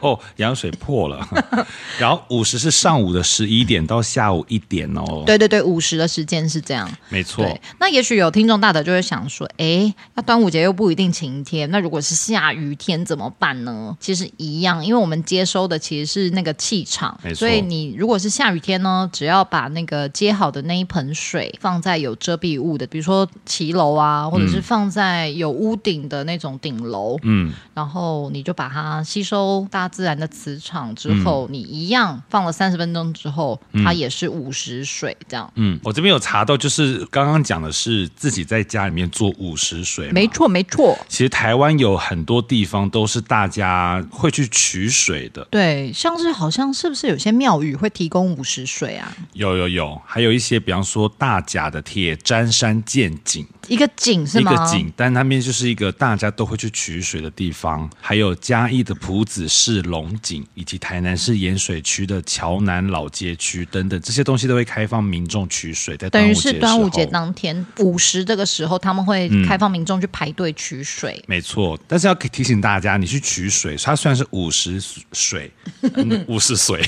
[SPEAKER 3] 哦，羊水破了。 然后午时是上午的十一点到下午一点哦，，
[SPEAKER 2] 对对对，午时的时间是这样。
[SPEAKER 3] 没
[SPEAKER 2] 对
[SPEAKER 3] 错，，
[SPEAKER 2] 那也许有听众大德就会想说，诶，那端午节又不一定晴天，那如果是下雨天怎么办呢？其实一样，因为我们接收的其实是那个气场
[SPEAKER 3] 没，错
[SPEAKER 2] 所以你如果是下雨天呢，只要把那个接好的那一盆水放在有遮蔽物的，比如说骑楼啊，或者是放在有屋顶的那种顶楼，
[SPEAKER 3] 嗯，
[SPEAKER 2] 然后你就把它吸收大自然的磁场之
[SPEAKER 3] 嗯
[SPEAKER 2] 后，你一样放了三十分钟之后，它也是午时水这样。
[SPEAKER 3] 嗯，我这边有查到，就是刚刚讲的是自己在家里面做午时水嘛，
[SPEAKER 2] 没错，没错。
[SPEAKER 3] 其实台湾有很多地方都是大家会去取水的，
[SPEAKER 2] 对，像是好像是不是有些庙宇会提供午时水啊？
[SPEAKER 3] 有有有，还有一些比方说大甲的铁砧山剑井，
[SPEAKER 2] 一个井是
[SPEAKER 3] 一
[SPEAKER 2] 吗？
[SPEAKER 3] 个井，但那边就是一个大家都会去取水的地方，还有嘉义的埔子市龙井，以及台南市盐水区的桥南老街区等等，这些东西都会开放民众取水，在
[SPEAKER 2] 等
[SPEAKER 3] 端
[SPEAKER 2] 于
[SPEAKER 3] 午节
[SPEAKER 2] 是
[SPEAKER 3] 的
[SPEAKER 2] 端午
[SPEAKER 3] 时
[SPEAKER 2] 节
[SPEAKER 3] 候嗯
[SPEAKER 2] 当天午时这个时候，他们会开放民众去排队取水。
[SPEAKER 3] 没错，但是要提醒大家，你去取水，它虽然是五十水， 嗯五十水，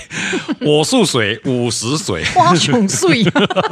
[SPEAKER 3] 我数水五十水，
[SPEAKER 2] 哇，熊碎，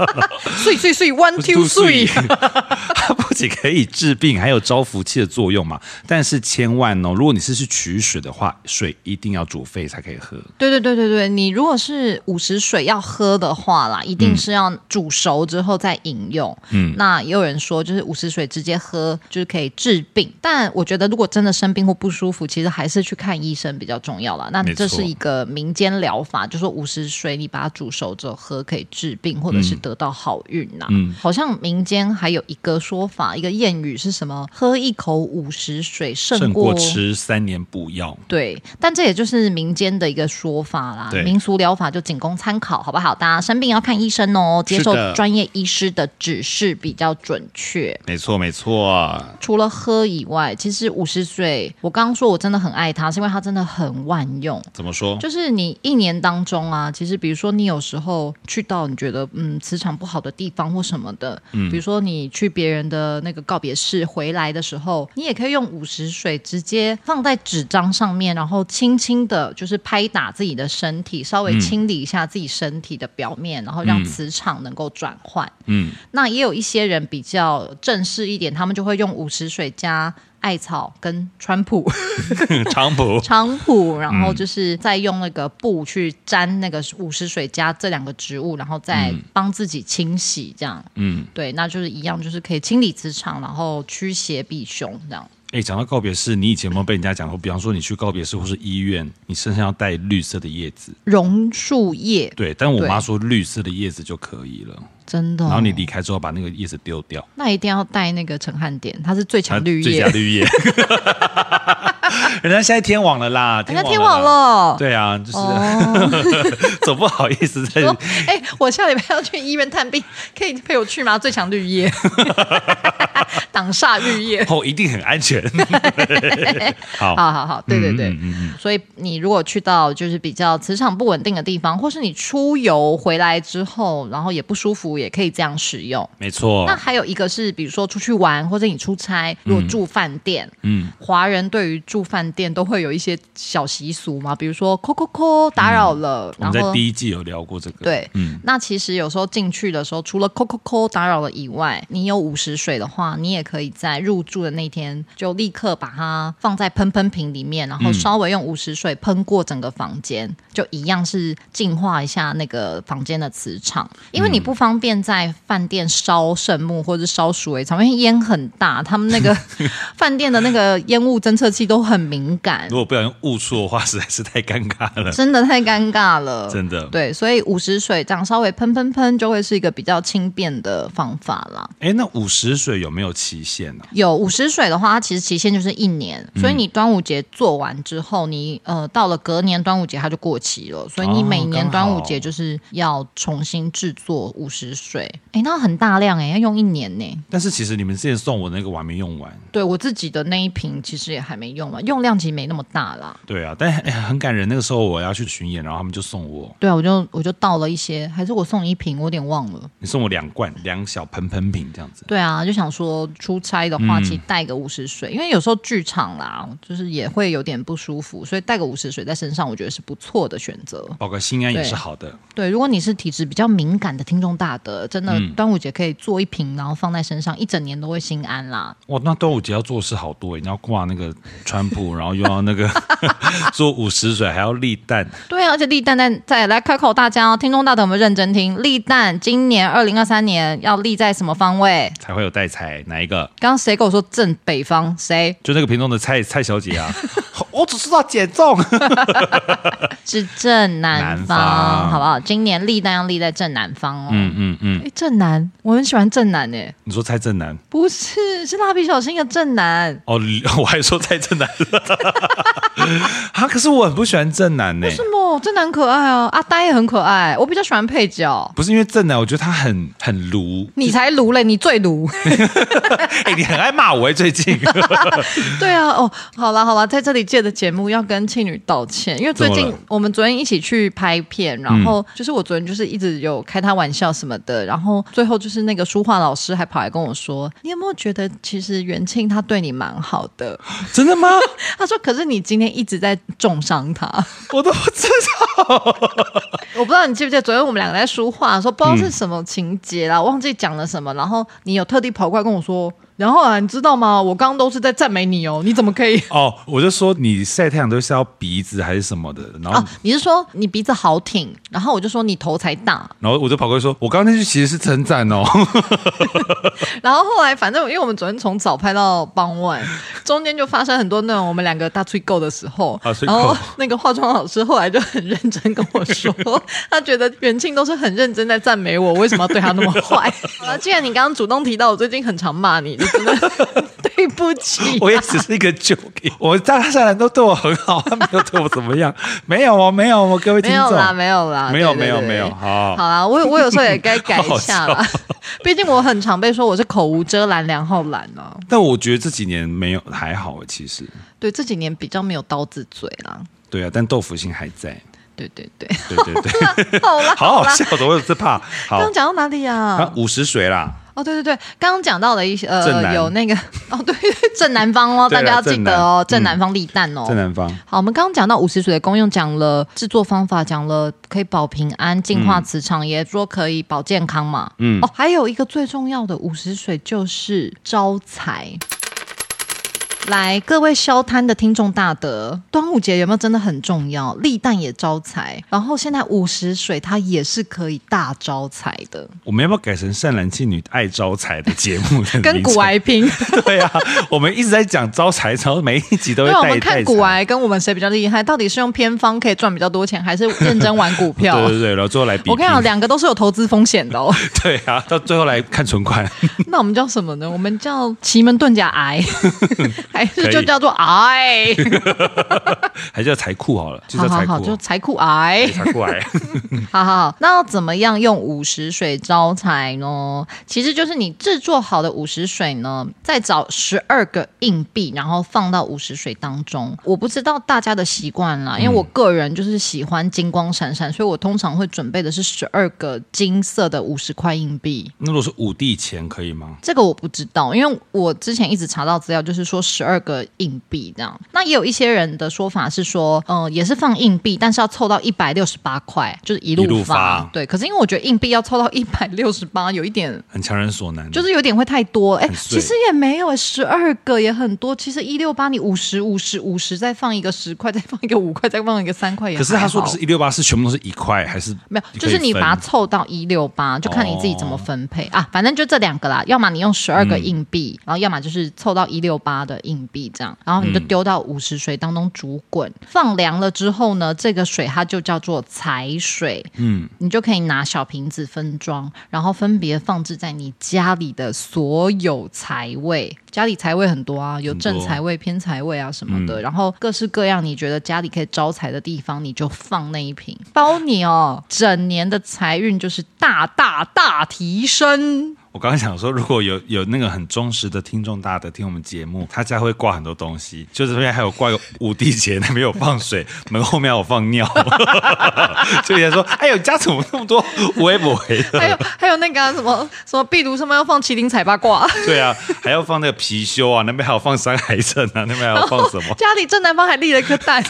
[SPEAKER 2] 碎碎碎，one two 碎。
[SPEAKER 3] 它不仅可以治病，还有招福气的作用嘛。但是千万哦，如果你是去取水的话，水一定要煮沸才可以喝。
[SPEAKER 2] 对对对对对，你如果是午时水要喝的话啦，一定是要煮熟之后再饮用。嗯，那也有人说，就是午时水直接喝就是可以治病，但我觉得如果真的生病或不舒服，其实还是去看医生比较重要啦。那
[SPEAKER 3] 没错
[SPEAKER 2] 这是一个民间疗法，就说午时水你把它煮熟之后喝可以治病，或者是得到好运呐、好像民间还有一个说法，一个谚语是什么？喝一口午时水
[SPEAKER 3] 胜
[SPEAKER 2] 胜
[SPEAKER 3] 过
[SPEAKER 2] 过
[SPEAKER 3] 吃三年补药。
[SPEAKER 2] 对，但这也就是民间的一个说法啦，
[SPEAKER 3] 对
[SPEAKER 2] 民俗疗法就仅供参考，好不好？大家生病要看医生哦，接受
[SPEAKER 3] 是的
[SPEAKER 2] 专业医师的指示比较准确。
[SPEAKER 3] 没错，没错，
[SPEAKER 2] 除了喝以外，其实五十岁，我刚刚说我真的很爱它，是因为它真的很万用。
[SPEAKER 3] 怎么说？
[SPEAKER 2] 就是你一年当中啊，其实比如说你有时候去到你觉得嗯磁场不好的地方或什么的，
[SPEAKER 3] 嗯
[SPEAKER 2] 比如说你去别人的那个告别式回来的时候，你也可以用午时水直接放在纸张上面，然后轻轻的，就是拍打自己的身体，稍
[SPEAKER 3] 嗯
[SPEAKER 2] 微清理一下自己身体的表面，然后让磁场能够转换。
[SPEAKER 3] 嗯，
[SPEAKER 2] 那也有一些人比较正式一点，他们就会用午时水加艾草跟川普。
[SPEAKER 3] 长补
[SPEAKER 2] 菖蒲，然
[SPEAKER 3] 嗯
[SPEAKER 2] 后就是再用那个布去沾那个午时水加这两个植物，然后再帮自己清洗，这样。
[SPEAKER 3] 嗯，
[SPEAKER 2] 对，那就是一样，就是可以清理磁场，然后驱邪避凶，这样。
[SPEAKER 3] 哎，讲到告别式，你以前有没有被人家讲过？比方说，你去告别式或是医院，你身上要带绿色的叶子。
[SPEAKER 2] 榕树叶，
[SPEAKER 3] 对，但我
[SPEAKER 2] 对
[SPEAKER 3] 妈说绿色的叶子就可以了。
[SPEAKER 2] 真的哦、
[SPEAKER 3] 然后你离开之后，把那个叶子丢掉。
[SPEAKER 2] 那一定要带那个陈汉典，它是最强绿
[SPEAKER 3] 最
[SPEAKER 2] 叶
[SPEAKER 3] 佳，绿叶。 人家现在天网了啦，
[SPEAKER 2] 人家
[SPEAKER 3] 天
[SPEAKER 2] 哎天网
[SPEAKER 3] 啦。
[SPEAKER 2] 了。
[SPEAKER 3] 对啊，就是、 总不好意思在
[SPEAKER 2] 哦说，哎、我下礼拜要去医院探病，可以陪我去吗？最强绿 叶， 挡煞绿叶。
[SPEAKER 3] 后一定很 安全。好，
[SPEAKER 2] 好好好，对对对，
[SPEAKER 3] 嗯
[SPEAKER 2] 所以你如果去到就是比较磁场不稳定的地方，或是你出游回来之后，然后也不舒服，也可以这样使用。
[SPEAKER 3] 没错
[SPEAKER 2] 那，还有一个是，比如说出去玩或者你出差，如果住饭店，
[SPEAKER 3] 嗯，
[SPEAKER 2] 华人对于住饭店都会有一些小习俗嘛，比如说“扣扣扣”打扰了，
[SPEAKER 3] 嗯我
[SPEAKER 2] 然
[SPEAKER 3] 们在
[SPEAKER 2] 后
[SPEAKER 3] 第一季有聊过这个。
[SPEAKER 2] 对，
[SPEAKER 3] 嗯
[SPEAKER 2] 那其实有时候进去的时候，除了扣扣扣打扰了以外，你有午时水的话，你也可以在入住的那天就立刻把它放在喷喷瓶里面，然后稍微用五十水喷过整个房间，就一样是净化一下那个房间的磁场，因为你不方便在饭店烧圣木或者烧鼠尾草，因为烟很大，他们那个饭店的那个烟雾侦测器都很敏 感
[SPEAKER 3] 如，果不小心误触的话，实在是太尴尬 了。
[SPEAKER 2] 真的太尴尬了，
[SPEAKER 3] 真的
[SPEAKER 2] 对，所以五十水这样稍微喷喷喷，就会是一个比较轻便的方法啦。
[SPEAKER 3] 哎，那五十水有没有期限呢、啊
[SPEAKER 2] 有五十水的话，它其实期限就是一年，
[SPEAKER 3] 嗯
[SPEAKER 2] 所以你端午节做完之后，你呃到了隔年端午节它就过期了，所以你
[SPEAKER 3] 哦
[SPEAKER 2] 每年
[SPEAKER 3] 刚
[SPEAKER 2] 端午
[SPEAKER 3] 好
[SPEAKER 2] 节就是要重新制作五十水。哎，那很大量哎、要用一年呢、
[SPEAKER 3] 但是其实你们之前送我那个我还没用完，
[SPEAKER 2] 对我自己的那一瓶其实也还没用完，用量其实没那么大啦。
[SPEAKER 3] 对啊，但哎很感人。那个时候我要去巡演，然后他们就送我，
[SPEAKER 2] 对啊，我就我就倒了一些，还是我送你一瓶，我有点忘了。
[SPEAKER 3] 你送我两罐，两小盆盆瓶这样子。
[SPEAKER 2] 对啊，就想说出差的话，其实带个五十水，因为有时候剧场啦，就是也会有点不舒服，所以带个五十水在身上，我觉得是不错的选择。
[SPEAKER 3] 保个心安也
[SPEAKER 2] 对
[SPEAKER 3] 是好的，
[SPEAKER 2] 对，如果你是体质比较敏感的听众大德，真的端午节可以做一瓶，然后放在身上，一整年都会心安啦。
[SPEAKER 3] 哇！那端午节要做的事好多耶，你要挂那个川普，然后又要那个 做五十水，还要立蛋，
[SPEAKER 2] 对啊，而且立蛋蛋再来开口，大家哦，听众大德有没有认真听？立蛋今年二零二三年要立在什么方位？
[SPEAKER 3] 才会有带财。哪一个？
[SPEAKER 2] 刚刚谁跟我说正北方？谁
[SPEAKER 3] 就那个屏东的蔡蔡小姐啊， 我只知道减重。
[SPEAKER 2] 是正南
[SPEAKER 3] 南
[SPEAKER 2] 方，
[SPEAKER 3] 方
[SPEAKER 2] 好不好？今年立蛋要立在正南方哦。
[SPEAKER 3] 嗯嗯嗯，
[SPEAKER 2] 哎，正南，我很喜欢正南诶，
[SPEAKER 3] 你说蔡正南？
[SPEAKER 2] 不是，是蜡笔小新的正南。
[SPEAKER 3] 哦， 我还说蔡正南 啊，可是我很不喜欢正南呢、
[SPEAKER 2] 为什么正南可爱啊？阿呆也很可爱，我比较喜欢配角。
[SPEAKER 3] 不是因为正南，我觉得他很很 卢。
[SPEAKER 2] 你才卢嘞，你最卢。
[SPEAKER 3] 哎、你很爱骂我哎、最近
[SPEAKER 2] 对啊，哦，好啦好啦，在这里借的节目要跟庆女道歉，因为最
[SPEAKER 3] 怎么
[SPEAKER 2] 近
[SPEAKER 3] 了嗯
[SPEAKER 2] 我们昨天一起去拍片，然后就是我昨天就是一直有开他玩笑什么的，然后最后就是那个书画老师还跑来跟我说，你有没有觉得其实元庆他对你蛮好的？
[SPEAKER 3] 真的 吗？
[SPEAKER 2] 他说，可是你今天一直在重伤他，
[SPEAKER 3] 我都不知道。
[SPEAKER 2] 我不知道你记不记得昨天我们两个在书画说不知道是什么情节啦，忘记讲了什么，然后你有特地跑过来跟我说。然后啊，你知道吗？我刚刚都是在赞美你哦，你怎么可以？
[SPEAKER 3] 哦，我就说你晒太阳都是要鼻子还是什么的，然后、
[SPEAKER 2] 哦，你是说你鼻子好挺，然后我就说你头才大，
[SPEAKER 3] 然后我就跑过去说，我刚刚那句其实是称赞 哦。
[SPEAKER 2] 然后后来反正因为我们昨天从早拍到傍 晚，中间就发生很多那种我们两个大吹够的时候
[SPEAKER 3] 大，吹
[SPEAKER 2] 然
[SPEAKER 3] 啊够
[SPEAKER 2] 后那个化妆老师后来就很认真跟我 说，他觉得元庆都是很认真在赞美我，为什么要对他那么 坏？好了，既然你刚刚主动提到我最近很常骂你，就真 的对不起。
[SPEAKER 3] 我也只是一个 joke，我大家人都对我很好，他没有对我怎么样，没有哦，没有哦，各位听
[SPEAKER 2] 没
[SPEAKER 3] 众，
[SPEAKER 2] 有啦，没有啦，
[SPEAKER 3] 没有
[SPEAKER 2] 对对
[SPEAKER 3] 没有
[SPEAKER 2] 对
[SPEAKER 3] 没有好
[SPEAKER 2] 好啦，我我有时候也该改一下
[SPEAKER 3] 好
[SPEAKER 2] 啦， 毕竟我很常被说我是口无遮拦、梁后懒哦呢、
[SPEAKER 3] 但我觉得这几年没有还好，其实
[SPEAKER 2] 对，这几年比较没有刀子嘴啦。
[SPEAKER 3] 对啊，但豆腐心还在，
[SPEAKER 2] 对对 对，
[SPEAKER 3] 对对 对，
[SPEAKER 2] 好啦，
[SPEAKER 3] 好好
[SPEAKER 2] 啦。
[SPEAKER 3] 笑的，我有这怕。好
[SPEAKER 2] 刚，刚哦讲到哪里呀、
[SPEAKER 3] 啊，五十水啦，
[SPEAKER 2] 哦，对对对，刚刚讲到了一些
[SPEAKER 3] 正
[SPEAKER 2] 呃，
[SPEAKER 3] 南
[SPEAKER 2] 有那个哦，对，正南方哦，
[SPEAKER 3] 对
[SPEAKER 2] 大
[SPEAKER 3] 啦
[SPEAKER 2] 家要记得哦，正
[SPEAKER 3] 正
[SPEAKER 2] 南
[SPEAKER 3] 南
[SPEAKER 2] 方立蛋哦。
[SPEAKER 3] 在南方，
[SPEAKER 2] 好，我们刚刚讲到五十水的功用，讲了制作方法，讲了可以保平安、净化磁场，也说可以保健康嘛。嗯，哦，还有一个最重要的五十水就是招财。来，各位消摊的听众大德，端午节有没有真的很重要？立蛋也招财，然后现在五十水它也是可以大招财 的，
[SPEAKER 3] 我们要不要改成善男信女爱招财的节目的
[SPEAKER 2] 跟
[SPEAKER 3] 名
[SPEAKER 2] 古
[SPEAKER 3] 称
[SPEAKER 2] 癌拼。
[SPEAKER 3] 对啊，我们一直在讲招财，然后每一集都会
[SPEAKER 2] 对，我
[SPEAKER 3] 带
[SPEAKER 2] 们
[SPEAKER 3] 一带
[SPEAKER 2] 看古
[SPEAKER 3] 财
[SPEAKER 2] 癌跟我们谁比较厉害，到底是用偏方可以赚比较多钱，还是认真玩股票？
[SPEAKER 3] 对对对，然后最后来比
[SPEAKER 2] 我跟你讲，
[SPEAKER 3] 拼，
[SPEAKER 2] 两个都是有投资风险 的哦。
[SPEAKER 3] 对啊，到最后来看存款，
[SPEAKER 2] 那我们叫什么呢？我们叫奇门遁甲癌，还是就叫做癌？
[SPEAKER 3] 还是叫财库好了，就
[SPEAKER 2] 好
[SPEAKER 3] 叫
[SPEAKER 2] 好
[SPEAKER 3] 财
[SPEAKER 2] 好，就
[SPEAKER 3] 库，哦啊
[SPEAKER 2] 财库 癌。
[SPEAKER 3] 财库癌。
[SPEAKER 2] 好好好，那要怎么样用午时水招财呢？其实就是你制作好的午时水呢，再找十二个硬币，然后放到午时水当中。我不知道大家的习惯
[SPEAKER 3] 嗯
[SPEAKER 2] 啦，因为我个人就是喜欢金光闪闪，所以我通常会准备的是十二个金色的五十块硬币。
[SPEAKER 3] 那如果是五帝钱可以吗？
[SPEAKER 2] 这个我不知道，因为我之前一直查到资料，就是说十二个硬币这样。那也有一些人的说法是说，嗯、也是放硬币，但是要凑到一百六十八块，就是一
[SPEAKER 3] 一路
[SPEAKER 2] 路
[SPEAKER 3] 发
[SPEAKER 2] 对，可是因为我觉得硬币要凑到一百六十八，有一点
[SPEAKER 3] 很强人所难。
[SPEAKER 2] 就是有点会太多，哎、
[SPEAKER 3] 很碎
[SPEAKER 2] 其实也没有、哎，十二个也很多。其实一六八你五十、五十、五十，再放一个十块，再放一个五块，再放一个三块也还
[SPEAKER 3] 可
[SPEAKER 2] 好。
[SPEAKER 3] 是他说不是一六八是全部都是一块，还是
[SPEAKER 2] 没有，就是你
[SPEAKER 3] 可以分哦
[SPEAKER 2] 把它凑到一六八，就看你自己怎么分配、啊。反正就这两个啦，要么你用十二
[SPEAKER 3] 嗯
[SPEAKER 2] 个硬币，然后要么就是凑到一六八的硬币这样，然后你
[SPEAKER 3] 嗯
[SPEAKER 2] 就丢到五十水当中煮滚，放凉了之后呢，这个水它就叫做财水，嗯，你就可以拿小瓶子分装，然后分别放置在你家里的所有财位。家里财位很多啊，有
[SPEAKER 3] 很多
[SPEAKER 2] 正财位、偏财位啊什么
[SPEAKER 3] 嗯
[SPEAKER 2] 的，然后各式各样你觉得家里可以招财的地方，你就放那一瓶，包你哦，整年的财运就是大大大提 升。
[SPEAKER 3] 我刚刚想说，如果有有那个很忠实的听众大的听我们节目，他家会挂很多东西，就是这边还有 挂有五帝节，那边有放水，门后面有放尿， 就人家说，哎呦，家怎么那么多微博的？
[SPEAKER 2] 还有还有那个啊、什么什么壁炉上面要放麒麟彩八卦，
[SPEAKER 3] 对啊，还要放那个貔貅啊，那边还有放山海镇啊，那边还要放 什么？
[SPEAKER 2] 家里正南方还立了一颗蛋，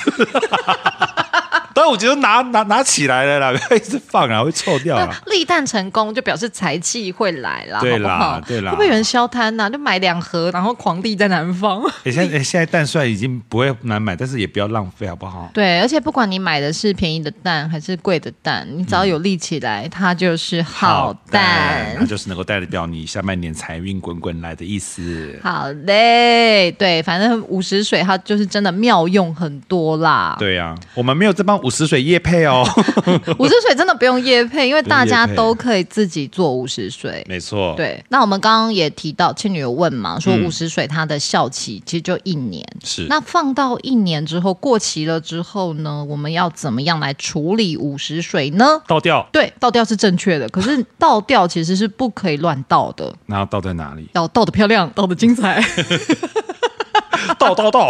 [SPEAKER 3] 但我觉得拿拿拿起来了啦，不 要一直放啊，会臭掉 啊。
[SPEAKER 2] 立蛋成功就表示财气会来啦，
[SPEAKER 3] 对
[SPEAKER 2] 好
[SPEAKER 3] 啦
[SPEAKER 2] 不好？
[SPEAKER 3] 对啦
[SPEAKER 2] 会不会有人消摊呐、就买两盒，然后狂立在南方。
[SPEAKER 3] 哎、现在、哎现在蛋虽然已经不会难买，但是也不要浪费，好不好？
[SPEAKER 2] 对，而且不管你买的是便宜的蛋还是贵的蛋，你只
[SPEAKER 3] 嗯
[SPEAKER 2] 要有立起来，它就是好蛋。
[SPEAKER 3] 那就是能够代表你下半年财运滚滚来的意思。
[SPEAKER 2] 好嘞，对，反正五十水它就是真的妙用很多啦。
[SPEAKER 3] 对呀、我们没有在帮五十水叶配 哦。
[SPEAKER 2] 五十水真的不用夜配，因为大家
[SPEAKER 3] 不用业配
[SPEAKER 2] 都可以自己做五十水。
[SPEAKER 3] 没错，，
[SPEAKER 2] 对，那我们刚刚也提到，倩女有问嘛，说五十水它的效期其实就一年，
[SPEAKER 3] 嗯是
[SPEAKER 2] 那放到一年之后过期了之后呢，我们要怎么样来处理五十水呢？
[SPEAKER 3] 倒掉，
[SPEAKER 2] 对，倒掉是正确的，可是倒掉其实是不可以乱倒 的，？
[SPEAKER 3] 然后倒在哪里
[SPEAKER 2] 要倒的漂亮，倒的精 彩，
[SPEAKER 3] 倒倒倒，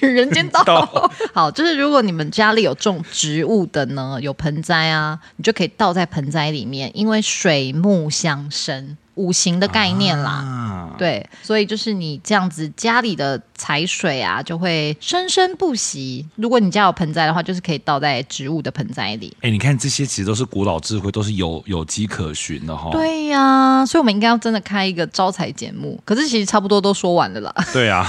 [SPEAKER 2] 人间倒。
[SPEAKER 3] 倒
[SPEAKER 2] 好，就是如果你们家里有种植物的呢，有盆栽啊，你就可以倒在盆栽里面，因为水木相生，五行的概念啦。
[SPEAKER 3] 啊，
[SPEAKER 2] 对，所以就是你这样子，家里的财水啊，就会生生不息。如果你家有盆栽的话，就是可以倒在植物的盆栽里。
[SPEAKER 3] 哎、你看这些其实都是古老智慧，都是有有迹可循的哈。
[SPEAKER 2] 对呀、所以我们应该要真的开一个招财节目。可是其实差不多都说完了啦。
[SPEAKER 3] 对啊，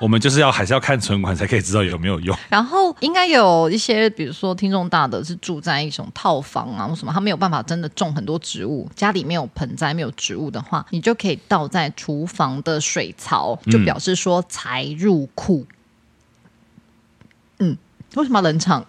[SPEAKER 3] 我们就是要还是要看存款才可以知道有没有用。
[SPEAKER 2] 然后应该有一些，比如说听众大的是住在一种套房啊，或什么，他没有办法真的种很多植物，家里没有盆栽、没有植物的话，你就可以倒在厨房的水槽，就表示说财入库。嗯，为什么要冷场？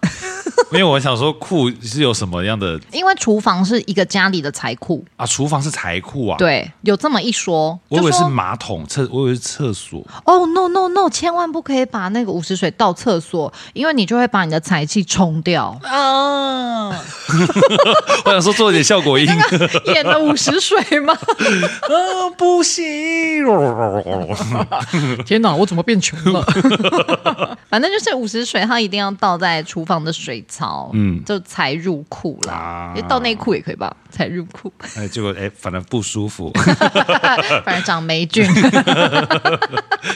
[SPEAKER 3] 因为我想说库是有什么样的
[SPEAKER 2] 因为厨房是一个家里的财库，
[SPEAKER 3] 啊？厨房是财库啊，，
[SPEAKER 2] 对，有这么一说。
[SPEAKER 3] 我以为
[SPEAKER 2] 就说
[SPEAKER 3] 是马桶厕，我以为是厕 所。
[SPEAKER 2] 哦、no no no，千万不可以把那个五十水倒厕所，因为你就会把你的财气冲掉。
[SPEAKER 3] 啊，我想说做一点效果音，
[SPEAKER 2] 演了五十水吗？
[SPEAKER 3] 啊，不行。
[SPEAKER 2] 天哪，我怎么变穷了？ 反正就是五十水，它一定要倒在厨房的水槽，嗯，就才入库啦。
[SPEAKER 3] 啊
[SPEAKER 2] 因为倒内裤也可以吧，才入 库，
[SPEAKER 3] 哎，结果哎，反正不舒服，
[SPEAKER 2] 反正长霉 菌。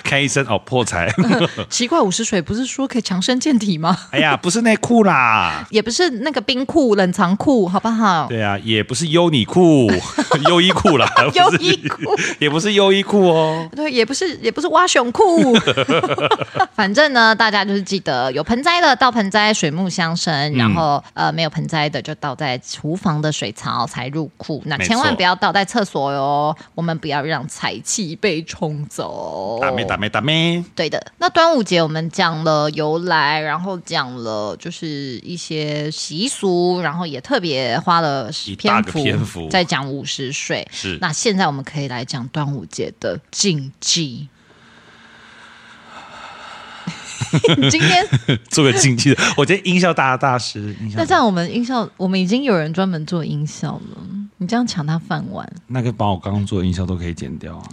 [SPEAKER 3] 看医生哦，破财。
[SPEAKER 2] 奇怪，五十水不是说可以强身健体吗？
[SPEAKER 3] 哎呀，不是内裤啦，
[SPEAKER 2] 也不是那个冰库、冷藏库，好不好？
[SPEAKER 3] 对啊，也不是优你裤、 优衣库 啦，不是
[SPEAKER 2] 优衣库，
[SPEAKER 3] 也不是优衣库哦。
[SPEAKER 2] 对，也不是也不是挖熊 裤，反正呢，大家就是记得有盆栽的倒盆栽，水木相生；
[SPEAKER 3] 嗯
[SPEAKER 2] 然后呃没有盆栽的就倒在厨房的水槽才入库。那
[SPEAKER 3] 没错
[SPEAKER 2] 千万不要倒在厕所哟，我们不要让财气被冲走。
[SPEAKER 3] 打咩打咩打咩，
[SPEAKER 2] 对的，那端午节我们讲了由来，然后讲了就是一些习俗，然后也特别花了
[SPEAKER 3] 一
[SPEAKER 2] 篇
[SPEAKER 3] 大个
[SPEAKER 2] 幅
[SPEAKER 3] 篇幅
[SPEAKER 2] 在讲午时睡。
[SPEAKER 3] 是
[SPEAKER 2] 那现在我们可以来讲端午节的禁 忌。你今天
[SPEAKER 3] 做个经济的， 我觉得音效大大师，音效
[SPEAKER 2] 那这样，我们音效，我们已经有人专门做音效了。你这样抢他饭碗。
[SPEAKER 3] 那个把我刚刚做的音效都可以 剪掉、啊。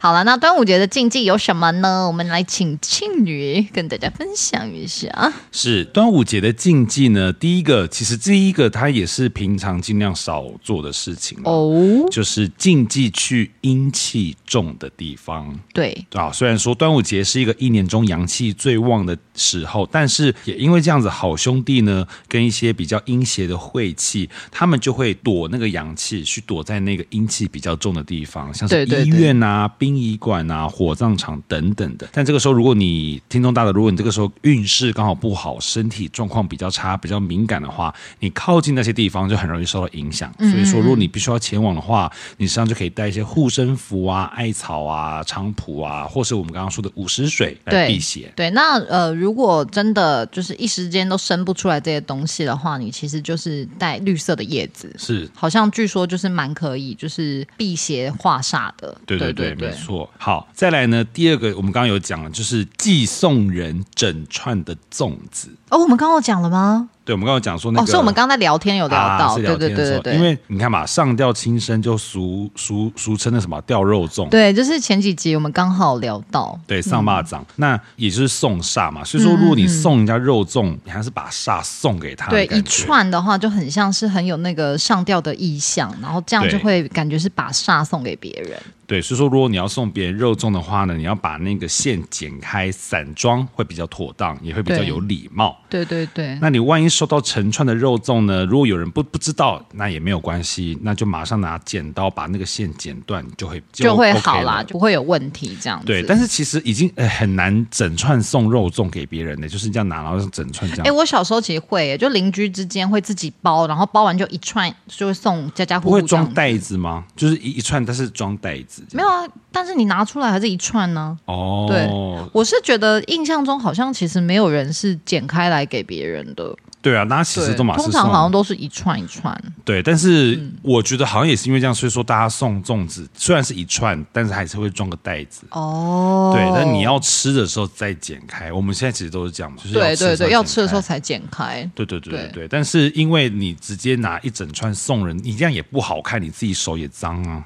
[SPEAKER 2] 好了，那端午节的禁忌有什么呢？我们来请庆女跟大家分享一下。
[SPEAKER 3] 是端午节的禁忌呢，第一个其实第一个它也是平常尽量少做的事情哦，
[SPEAKER 2] 哦，
[SPEAKER 3] 就是禁忌去阴气重的地方。
[SPEAKER 2] 对，
[SPEAKER 3] 啊，虽然说端午节是一个一年中阳气最旺的时候，但是也因为这样子，好兄弟呢跟一些比较阴邪的晦气，他们就会躲那个阳气，去躲在那个阴气比较重的地方，像是
[SPEAKER 2] 对对
[SPEAKER 3] 医
[SPEAKER 2] 对
[SPEAKER 3] 院啊、殡仪馆啊、火葬场等等的。但这个时候，如果你听众大的，如果你这个时候运势刚好不好，身体状况比较差、比较敏感的话，你靠近那些地方就很容易受到影响。
[SPEAKER 2] 嗯
[SPEAKER 3] 所以说，如果你必须要前往的话，你身上就可以带一些护身符啊、艾草啊、菖蒲啊，或是我们刚刚说的午时水来
[SPEAKER 2] 对
[SPEAKER 3] 避邪。
[SPEAKER 2] 对，那呃，如果真的就是一时间都生不出来这些东西的话，你其实就是带绿色的叶子，
[SPEAKER 3] 是，
[SPEAKER 2] 好像据说就是蛮可以，就是辟邪化煞的。
[SPEAKER 3] 对
[SPEAKER 2] 对
[SPEAKER 3] 对对，没错。好，再来呢，第二个我们刚刚有讲了，就是寄送人整串的粽子。
[SPEAKER 2] 哦，我们刚刚有讲了吗？
[SPEAKER 3] 对，我们刚刚有讲说那个，
[SPEAKER 2] 哦，所以我们刚刚在聊天有聊到，
[SPEAKER 3] 啊、是
[SPEAKER 2] 对
[SPEAKER 3] 聊
[SPEAKER 2] 对
[SPEAKER 3] 天的时
[SPEAKER 2] 对
[SPEAKER 3] 候
[SPEAKER 2] 对对，
[SPEAKER 3] 因为你看嘛，上吊轻生就俗俗俗称的什么吊肉粽，
[SPEAKER 2] 对，就是前几集我们刚好聊到，
[SPEAKER 3] 对，上蚂蚱，
[SPEAKER 2] 嗯
[SPEAKER 3] 那也就是送煞嘛。所以说，如果你送人家肉粽，你还是把煞送给他，
[SPEAKER 2] 对一。串的话就很像是很有那个上吊的意象，然后这样
[SPEAKER 3] 对
[SPEAKER 2] 就会感觉是把煞送给别人。
[SPEAKER 3] 对，所以说，如果你要送别人肉粽的话呢，你要把那个线剪开，散装会比较妥当，也会比较
[SPEAKER 2] 对
[SPEAKER 3] 有礼貌。
[SPEAKER 2] 对对对，
[SPEAKER 3] 那你万一收到成串的肉粽呢？如果有人不不知道，那也没有关系，那就马上拿剪刀把那个线剪断，就会
[SPEAKER 2] 就会
[SPEAKER 3] OK
[SPEAKER 2] 好啦，
[SPEAKER 3] 了
[SPEAKER 2] 就不会有问题这样子。
[SPEAKER 3] 对，但是其实已经、呃很难整串送肉粽给别人的，就是这样拿，然后整串这样。
[SPEAKER 2] 哎、我小时候其实会耶，就邻居之间会自己包，然后包完就一串，就会送家家户
[SPEAKER 3] 不
[SPEAKER 2] 户
[SPEAKER 3] 会
[SPEAKER 2] 这样
[SPEAKER 3] 装
[SPEAKER 2] 子。
[SPEAKER 3] 袋子吗？就是一一串，但是装袋子这
[SPEAKER 2] 没
[SPEAKER 3] 样。
[SPEAKER 2] 有啊，但是你拿出来还是一串呢、
[SPEAKER 3] 哦，
[SPEAKER 2] 对我是觉得印象中好像其实没有人是剪开来给别人的，
[SPEAKER 3] 对啊，那其实
[SPEAKER 2] 对
[SPEAKER 3] 都马是
[SPEAKER 2] 通常
[SPEAKER 3] 送
[SPEAKER 2] 好像都嗯是一串一串。
[SPEAKER 3] 对，但是我觉得好像也是因为这样，所以说大家送粽子虽然是一串，但是还是会装个袋子。
[SPEAKER 2] 哦
[SPEAKER 3] 对，但你要吃的时候再剪开。我们现在其实都是这样嘛，就是
[SPEAKER 2] 对对对，要吃的时候
[SPEAKER 3] 剪开。
[SPEAKER 2] 才剪开。
[SPEAKER 3] 对对对对
[SPEAKER 2] 对
[SPEAKER 3] 对，但是因为你直接拿一整串送人，你这样也不好看，你自己手也脏啊。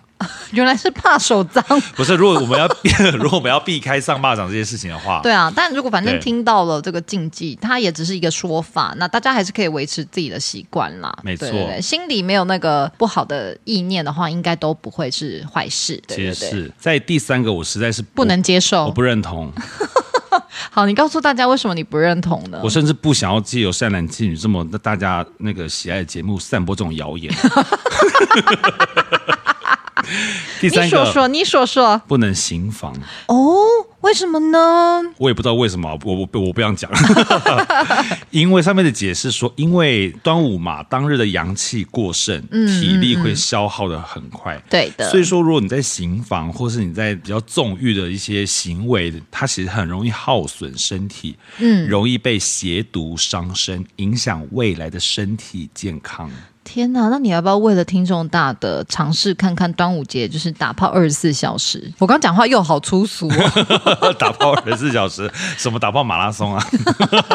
[SPEAKER 2] 原来是怕手脏。
[SPEAKER 3] 不是，如果我们要 如果我们要避开上巴掌这件事情的话，
[SPEAKER 2] 对啊，但如果反正
[SPEAKER 3] 对
[SPEAKER 2] 听到了这个禁忌，它也只是一个说法，那大家还是可以维持自己的习惯啦。
[SPEAKER 3] 没错
[SPEAKER 2] 对对对心里没有那个不好的意念的话，应该都不会是坏事。对
[SPEAKER 3] 其
[SPEAKER 2] 对对，
[SPEAKER 3] 实是在第三个，我实在是
[SPEAKER 2] 不能接受
[SPEAKER 3] 我。不认同，
[SPEAKER 2] 好，你告诉大家为什么你不认同呢
[SPEAKER 3] 我？甚至不想要借由善男信女这么大家那个喜爱的节目散播这种 谣言。第
[SPEAKER 2] 你
[SPEAKER 3] 三
[SPEAKER 2] 说
[SPEAKER 3] 个
[SPEAKER 2] 说，你说说
[SPEAKER 3] 不能行房，
[SPEAKER 2] 哦，为什么呢？
[SPEAKER 3] 我也不知道为什么，我我我不想讲， 因为上面的解释说，因为端午嘛，当日的阳气过盛，体力会消耗的很快。
[SPEAKER 2] 嗯对的，
[SPEAKER 3] 所以说，如果你在行房，或是你在比较纵欲的一些行为，它其实很容易耗损身体，嗯，容易被邪毒伤身，影响未来的身体健康。
[SPEAKER 2] 天哪，那你要不要为了听众大的尝试看看端午节就是打炮二十四小时？我刚讲话又好粗俗哦。
[SPEAKER 3] 打炮二十四小时， 什么打炮马拉松啊？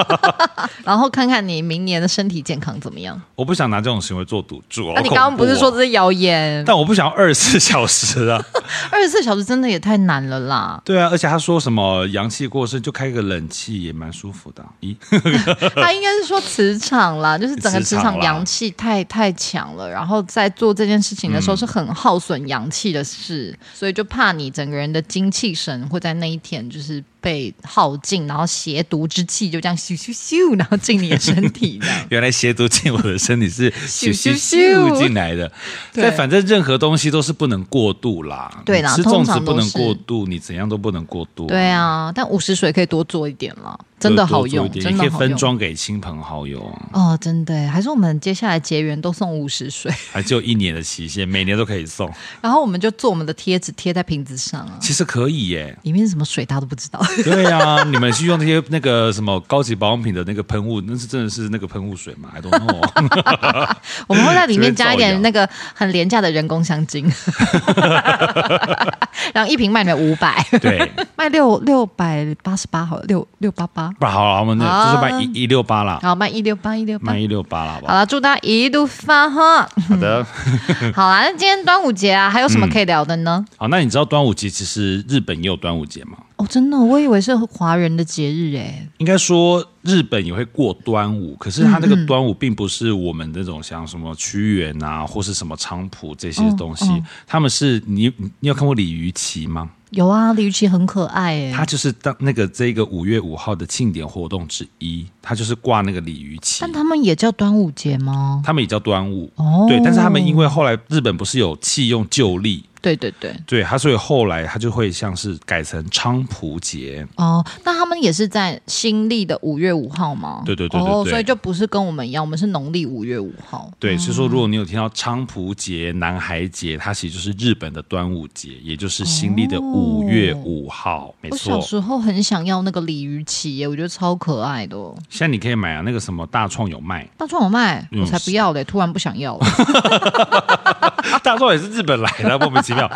[SPEAKER 2] 然后看看你明年的身体健康怎么样。啊
[SPEAKER 3] 我不想拿这种行为做赌注。
[SPEAKER 2] 那、你
[SPEAKER 3] 好恐怖
[SPEAKER 2] 刚刚不是
[SPEAKER 3] 哦
[SPEAKER 2] 说这是谣言？
[SPEAKER 3] 但我不想要二十四小时啊。！
[SPEAKER 2] 二十四小时真的也太难了啦
[SPEAKER 3] 对啊，而且他说什么阳气过盛就开个冷气也蛮舒服的啊。咦，
[SPEAKER 2] 他应该是说磁场啦，就是整个磁
[SPEAKER 3] 磁场
[SPEAKER 2] 场
[SPEAKER 3] 啦
[SPEAKER 2] 阳气太太强了，然后在做这件事情的时候是很耗损阳气的事，所以就怕你整个人的精气神会在那一天就是被耗尽，然后邪毒之气就这样咻咻咻，然后进你的身体这
[SPEAKER 3] 。
[SPEAKER 2] 样
[SPEAKER 3] 原来邪毒进我的身 体是咻咻咻进来的。
[SPEAKER 2] 对
[SPEAKER 3] 但反正任何东西都是不能过度啦。
[SPEAKER 2] 对啦
[SPEAKER 3] 你吃粽
[SPEAKER 2] 通
[SPEAKER 3] 子
[SPEAKER 2] 常
[SPEAKER 3] 不
[SPEAKER 2] 都
[SPEAKER 3] 能
[SPEAKER 2] 是
[SPEAKER 3] 过度，你怎样都不能过度。
[SPEAKER 2] 对啊，但午时水可以多做一点啦，真的好用，
[SPEAKER 3] 就多做一点
[SPEAKER 2] 真
[SPEAKER 3] 你可
[SPEAKER 2] 的
[SPEAKER 3] 以
[SPEAKER 2] 好用
[SPEAKER 3] 分。装给亲朋好友啊，
[SPEAKER 2] 哦，真的耶，还是我们接下来结缘都送五十水，
[SPEAKER 3] 还只有一年的期限，每年都可以送。
[SPEAKER 2] 然后我们就做我们的贴纸贴在瓶子上啊，
[SPEAKER 3] 其实可以耶，
[SPEAKER 2] 里面是什么水大家都不知道。
[SPEAKER 3] 对呀、你们去用那些那个什么高级保养品的那个喷雾，那是真的是那个喷雾水吗？I don't know。
[SPEAKER 2] 我们会在里面加一
[SPEAKER 3] 随
[SPEAKER 2] 点
[SPEAKER 3] 便造
[SPEAKER 2] 那
[SPEAKER 3] 谣
[SPEAKER 2] 个很廉价的人工香精， 然后一瓶卖你们五百，
[SPEAKER 3] 对，
[SPEAKER 2] 卖六六百八十八好了，六六八八，
[SPEAKER 3] 不好了，我们那就是卖
[SPEAKER 2] 啊
[SPEAKER 3] 一一六八啦，
[SPEAKER 2] 好卖一六八一六八
[SPEAKER 3] 卖。一六八啦，好不
[SPEAKER 2] 好
[SPEAKER 3] 好？
[SPEAKER 2] 了，祝大家一路发 哈！
[SPEAKER 3] 好的，
[SPEAKER 2] 好啦，那今天端午节啊，还有什么可以聊的呢？
[SPEAKER 3] 好，那你知道端午节其实日本也有端午节吗？
[SPEAKER 2] 嗯哦，真的，我以为是华人的节日诶。
[SPEAKER 3] 应该说日本也会过端午，可是它那个端午并不是我们那种像什么屈原啊，或是什么菖蒲这些
[SPEAKER 2] 哦
[SPEAKER 3] 东西，他们是你你你有看过鲤鱼旗吗？
[SPEAKER 2] 有啊，李玉琦很可爱诶。
[SPEAKER 3] 它就是当那个这个五月五号的庆典活动之一，它就是挂那个鲤鱼旗
[SPEAKER 2] 但。他们也叫端午节吗？
[SPEAKER 3] 他们也叫端午，
[SPEAKER 2] 哦
[SPEAKER 3] 对，但是他们因为后来日本不是有弃用旧历，
[SPEAKER 2] 对对对，
[SPEAKER 3] 对，它所以后来它就会像是改成菖蒲节，
[SPEAKER 2] 哦，那他们也是在新历的五月五号吗？
[SPEAKER 3] 对对对对
[SPEAKER 2] 哦，
[SPEAKER 3] 对
[SPEAKER 2] 所以就不是跟我们一样，我们是农历五月五号。
[SPEAKER 3] 对，所以
[SPEAKER 2] 嗯
[SPEAKER 3] 说如果你有听到菖蒲节、南海节，它其实就是日本的端午节，也就是新历的五月五号，没
[SPEAKER 2] 哦我小
[SPEAKER 3] 错。
[SPEAKER 2] 时候很想要那个鲤鱼旗耶，我觉得超可爱的哦。
[SPEAKER 3] 现在你可以买啊，那个什么大创有 卖，
[SPEAKER 2] 大壮我卖，
[SPEAKER 3] 嗯
[SPEAKER 2] 我才不要嘞！突然不想 要了。
[SPEAKER 3] 啊大创也是日本来的，莫名 其妙。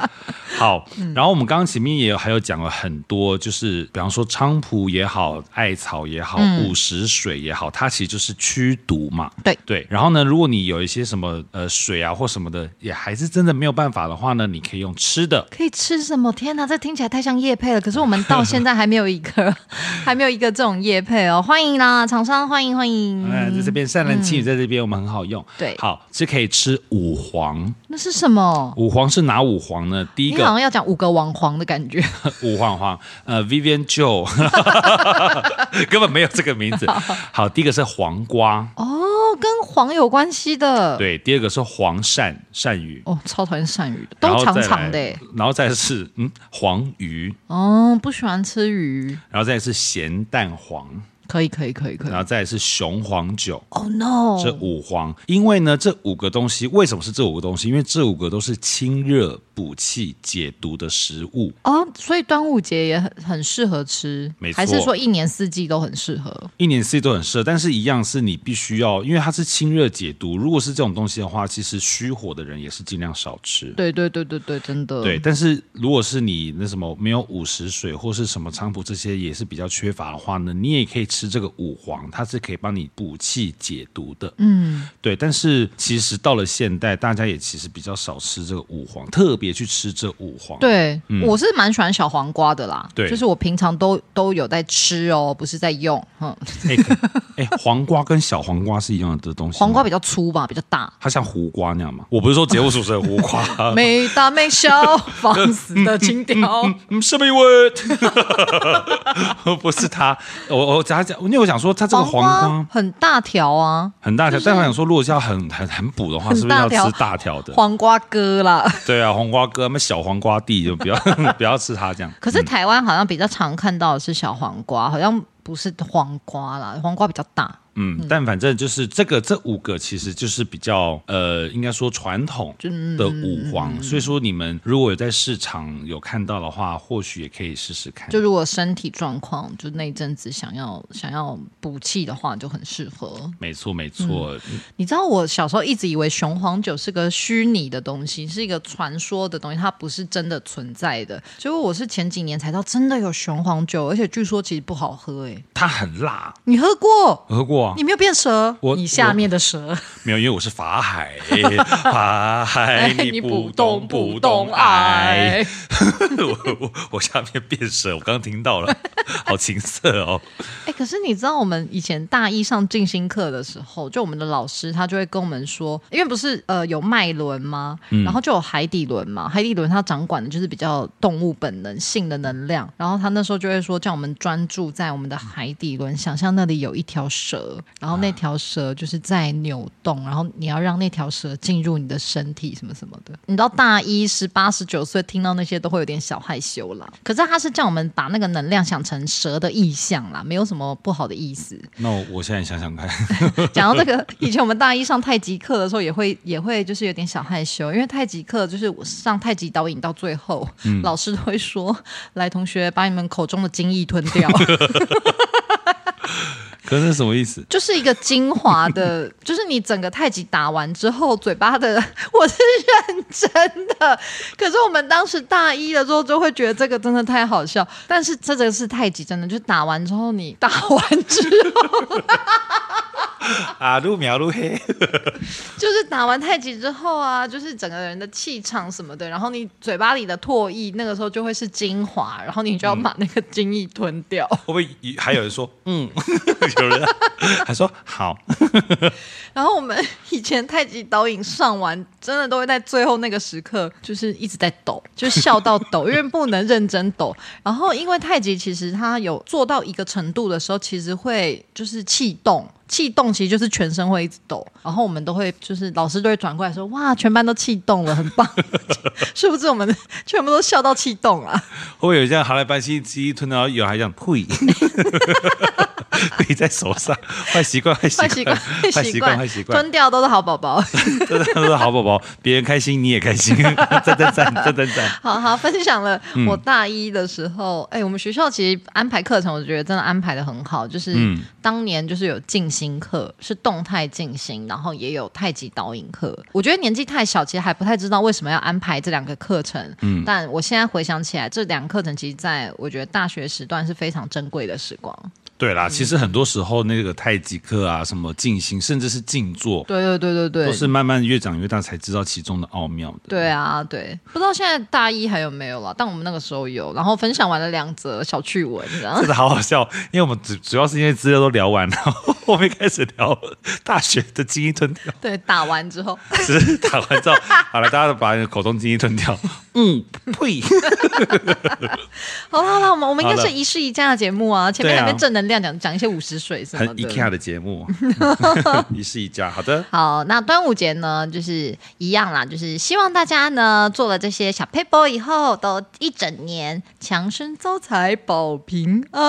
[SPEAKER 3] 好，
[SPEAKER 2] 嗯
[SPEAKER 3] 然后我们刚刚前面也有还有讲了很多，就是比方说菖蒲也好，艾草也好，午时水也好，它其实就是驱毒嘛。
[SPEAKER 2] 嗯对
[SPEAKER 3] 对，然后呢，如果你有一些什么呃水啊或什么的，也还是真的没有办法的话呢，你可以用吃的。
[SPEAKER 2] 可以吃什么？天哪，这听起来太像叶配了。可是我们到现在还没有一个， 还没有一个这种叶配哦。欢迎啦，厂商欢迎欢迎。
[SPEAKER 3] 嗯，在这边善男信女在这边我们很好用。
[SPEAKER 2] 对
[SPEAKER 3] 好是可以吃五黄，
[SPEAKER 2] 那是什么？
[SPEAKER 3] 五黄是哪五黄呢？第一
[SPEAKER 2] 你好
[SPEAKER 3] 个
[SPEAKER 2] 像要讲五个王皇的感觉。
[SPEAKER 3] 五黄黄，呃 ，Vivian Joe，根本没有这个名字。好，第一个是黄瓜，
[SPEAKER 2] 哦，跟黄有关系的。，
[SPEAKER 3] 对，第二个是黄鳝，鳝鱼。
[SPEAKER 2] 哦，超讨厌鳝鱼的，
[SPEAKER 3] 然
[SPEAKER 2] 都
[SPEAKER 3] 后
[SPEAKER 2] 长
[SPEAKER 3] 再
[SPEAKER 2] 长
[SPEAKER 3] 来
[SPEAKER 2] 的欸耶。
[SPEAKER 3] 然后再是嗯黄鱼，
[SPEAKER 2] 哦，不喜欢吃鱼。
[SPEAKER 3] 然后再是咸蛋黄，
[SPEAKER 2] 可以，可以，可以，可以
[SPEAKER 3] 然。后再是雄黄酒，
[SPEAKER 2] Oh no！
[SPEAKER 3] 这五黄，因为呢，这五个东西为什么是这五个东西？因为这五个都是清热、补气、解毒的食物。
[SPEAKER 2] 哦，所以端午节也很很适合吃，
[SPEAKER 3] 没错
[SPEAKER 2] 还是说一年四季都很适合？
[SPEAKER 3] 一年四季都很适合，但是一样是你必须要，因为它是清热解毒。如果是这种东西的话，其实虚火的人也是尽量少吃。
[SPEAKER 2] 对对对对对，真的。
[SPEAKER 3] 对，但是如果是你那什么没有午时水或是什么菖蒲这些也是比较缺乏的话呢，你也可以吃这个五黄，它是可以帮你补气解毒的。嗯，对。但是其实到了现代，大家也其实比较少吃这个五黄，特别去吃这五黄。
[SPEAKER 2] 对，我是蛮喜欢小黄瓜的啦。
[SPEAKER 3] 嗯对
[SPEAKER 2] 就是我平常都都有在吃哦，不是在用。哼，
[SPEAKER 3] 哎，可哎、黄瓜跟小黄瓜是一样的东西吗，
[SPEAKER 2] 黄瓜比较粗吧，比较大。
[SPEAKER 3] 它像胡瓜那样吗？我不是说节目主持人胡瓜，
[SPEAKER 2] 没大没小，放肆的情调。
[SPEAKER 3] 嗯，是不是因为 不是他，我我他讲，因为我想说他这个黄瓜
[SPEAKER 2] 很大条啊，
[SPEAKER 3] 很大条，但我想说，如果是要很很很补的话，
[SPEAKER 2] 很
[SPEAKER 3] 是不是
[SPEAKER 2] 大
[SPEAKER 3] 要
[SPEAKER 2] 条，
[SPEAKER 3] 吃大条的？
[SPEAKER 2] 黄瓜哥啦。
[SPEAKER 3] 对啊，黄瓜哥，那小黄瓜地就 不要不要吃它这样。
[SPEAKER 2] 可是台湾好像比较常看到的是小黄瓜，好像不是黄瓜啦，黄瓜比较大，
[SPEAKER 3] 嗯，但反正就是这个这五个其实就是比较呃，应该说传统
[SPEAKER 2] 嗯
[SPEAKER 3] 的五黄，所以说你们如果有在市场有看到的话，或许也可以试试看。
[SPEAKER 2] 就如果身体状况，就那一阵子想要想要补气的话，就很适合。
[SPEAKER 3] 没错，没错，
[SPEAKER 2] 你知道我小时候一直以为雄黄酒是个虚拟的东西，是一个传说的东西，它不是真的存在的。结果我是前几年才知道真的有雄黄酒，而且据说其实不好喝、欸。
[SPEAKER 3] 它很辣，
[SPEAKER 2] 你喝过？
[SPEAKER 3] 我喝过啊
[SPEAKER 2] 你。没有变蛇
[SPEAKER 3] 我，
[SPEAKER 2] 你下面的蛇。
[SPEAKER 3] 没有，因为我是法海， 法海哎你不懂不懂爱。。
[SPEAKER 2] 爱
[SPEAKER 3] 我我我下面变色，我刚听到了，好情色哦。
[SPEAKER 2] 哎、可是你知道我们以前大一上静心课的时候，就我们的老师他就会跟我们说，因为不是呃有脉轮吗？然后就有海底轮嘛，海底轮它掌管的就是比较动物本能性的能量。然后他那时候就会说，叫我们专注在我们的海底轮，想象那里有一条蛇，蛇，然后那条蛇就是在扭动，然后你要让那条蛇进入你的身体什么什么的。你到大一十八十九岁听到那些都会有点小害羞啦。可是他是叫我们把那个能量想成蛇的意象啦，没有什么不好的意思。
[SPEAKER 3] 那我我现在想想 看，
[SPEAKER 2] 讲到这个，以前我们大一上太极课的时候，也会也会就是有点小害羞，因为太极课就是我上太极导引到最后，老师都会说：“来，同学，把你们口中的精液吞掉。”
[SPEAKER 3] 可是那什么意思？
[SPEAKER 2] 就是一个精华的，就是你整个太极打完之后，嘴巴的， 我是认真的。可是我们当时大一的时候就会觉得这个真的太好笑，但是这个是太极，真的就是打完之后你打完之后。
[SPEAKER 3] 啊，路苗路黑，
[SPEAKER 2] 就是打完太极之后啊，就是整个人的气场什么的，然后你嘴巴里的唾液，那个时候就会是精华，然后你就要把那个精液吞掉。
[SPEAKER 3] 会不会还有人说嗯？ 有人还说好，
[SPEAKER 2] 然后我们以前太极导引上完，真的都会在最后那个时刻，就是一直在抖， 就笑到抖，因为不能认真抖。然后因为太极其实它有做到一个程度的时候，其实会就是气动。气动其实就是全身会一直抖，然后我们都会就是老师都会转过来说：“哇，全班都气动了，很 棒！”是不是我们全部都笑到气动啊？
[SPEAKER 3] 会不会有这样好来巴西鸡吞到有还讲呸？ 背在手上，坏习惯，坏习
[SPEAKER 2] 坏习惯，
[SPEAKER 3] 惯，坏
[SPEAKER 2] 坏
[SPEAKER 3] 习
[SPEAKER 2] 习
[SPEAKER 3] 惯，
[SPEAKER 2] 惯，
[SPEAKER 3] 坏习惯，
[SPEAKER 2] 吞掉都是好宝宝。
[SPEAKER 3] 真的是好宝宝，别人开心你也开 心，赞赞赞赞赞赞。
[SPEAKER 2] 好好分享了
[SPEAKER 3] 嗯
[SPEAKER 2] 我大一的时候，哎、我们学校其实安排课程，我觉得真的安排的很好，就是
[SPEAKER 3] 嗯
[SPEAKER 2] 当年就是有静心课，是动态静心，然后也有太极导引课。我觉得年纪太小，其实还不太知道为什么要安排这两个课程。嗯，但我现在回想起来，这两个课程其实在我觉得大学时段是非常珍贵的时光。
[SPEAKER 3] 对啦，其实很多时候那个太极课啊，什么静心，甚至是静坐，
[SPEAKER 2] 对对对对
[SPEAKER 3] 都
[SPEAKER 2] 对，
[SPEAKER 3] 是慢慢越长越大才知道其中的奥妙的。
[SPEAKER 2] 对啊，对，不知道现在大一还有没有了，但我们那个时候有。然后分享完了两则小趣闻，然 后
[SPEAKER 3] 真的好好笑，因为我们主主要是因为资料都聊完，然后后面开始聊大学的基因吞掉，
[SPEAKER 2] 对打完之后，
[SPEAKER 3] 只是打完之后，好了，大家都把你的口中基因吞掉，嗯，呸，
[SPEAKER 2] 好了好了，我们我们应该
[SPEAKER 3] 好了
[SPEAKER 2] 是一世一家的节目啊，前面
[SPEAKER 3] 对啊
[SPEAKER 2] 还在正能量讲讲一些五十水什
[SPEAKER 3] 很
[SPEAKER 2] 么的。
[SPEAKER 3] IKEA 的节目，一是一家，好的，
[SPEAKER 2] 好，那端午节呢，就是一样啦，就是希望大家呢做了这些小 paper 以后，都一整年强身招财保平安。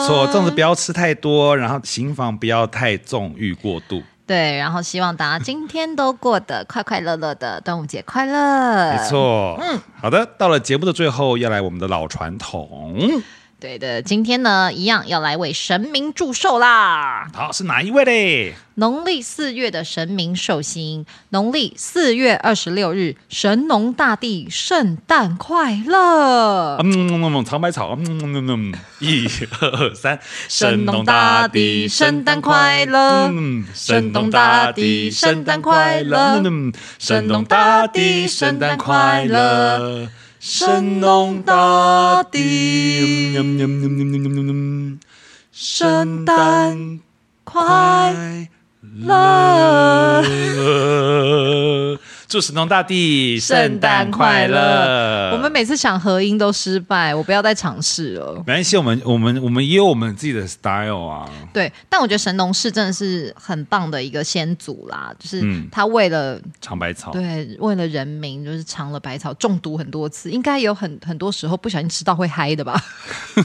[SPEAKER 3] 没错，粽子不要吃太多，然后刑房不要太纵欲过度，
[SPEAKER 2] 对，然后希望大家今天都过得快快乐乐的，端午节快乐。
[SPEAKER 3] 没错，嗯，好的，到了节目的最后，要来我们的老传统，
[SPEAKER 2] 对的，今天呢，一样要来为神明祝寿啦。
[SPEAKER 3] 好，是哪一位嘞？
[SPEAKER 2] 农历四月的神明寿星，农历四月二十六日，神农大帝圣诞快乐。
[SPEAKER 3] 嗯嗯嗯嗯，长百草，嗯嗯嗯嗯，一二三，
[SPEAKER 2] 神农大帝圣诞快乐
[SPEAKER 3] 嗯，
[SPEAKER 2] 神农大帝圣诞快乐
[SPEAKER 3] 嗯，神农大帝圣诞快乐，神农大帝，嗯嗯嗯嗯嗯嗯嗯嗯圣诞
[SPEAKER 2] 快
[SPEAKER 3] 快
[SPEAKER 2] 乐！
[SPEAKER 3] 乐，祝神农大帝圣诞快乐。
[SPEAKER 2] 我们每次想合音都失败，我不要再尝试了。
[SPEAKER 3] 没关系，我们我们我们也有我们自己的 style 啊。
[SPEAKER 2] 对，但我觉得神农氏真的是很棒的一个先祖啦，就是
[SPEAKER 3] 嗯
[SPEAKER 2] 他为了、
[SPEAKER 3] 长百草，
[SPEAKER 2] 对为了人民，就是尝了百草中毒很多次，应该有很很多时候不小心吃到会嗨的吧？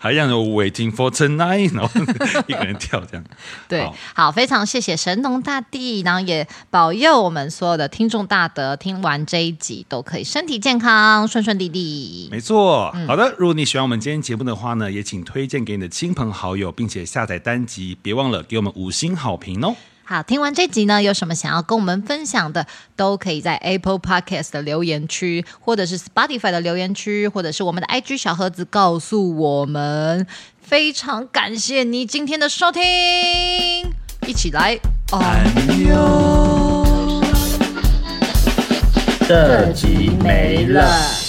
[SPEAKER 3] 还让人 waiting for tonight，然后一个人跳这样。
[SPEAKER 2] 对
[SPEAKER 3] 好，
[SPEAKER 2] 好，非常谢谢神农大帝，然后也保佑我们所有的听众大德，听完这一集都可以身体健康，顺顺利利。
[SPEAKER 3] 没错，好的。如果你喜欢我们今天节目的话呢，也请推荐给你的亲朋好友，并且下载单集，别忘了给我们五星好评哦。
[SPEAKER 2] 好，听完这集呢，有什么想要跟我们分享的，都可以在 Apple Podcast 的留言区，或者是 Spotify 的留言区，或者是我们的 IG 小盒子告诉我们。非常感谢你今天的收听，一起来哦。
[SPEAKER 4] 这集没了。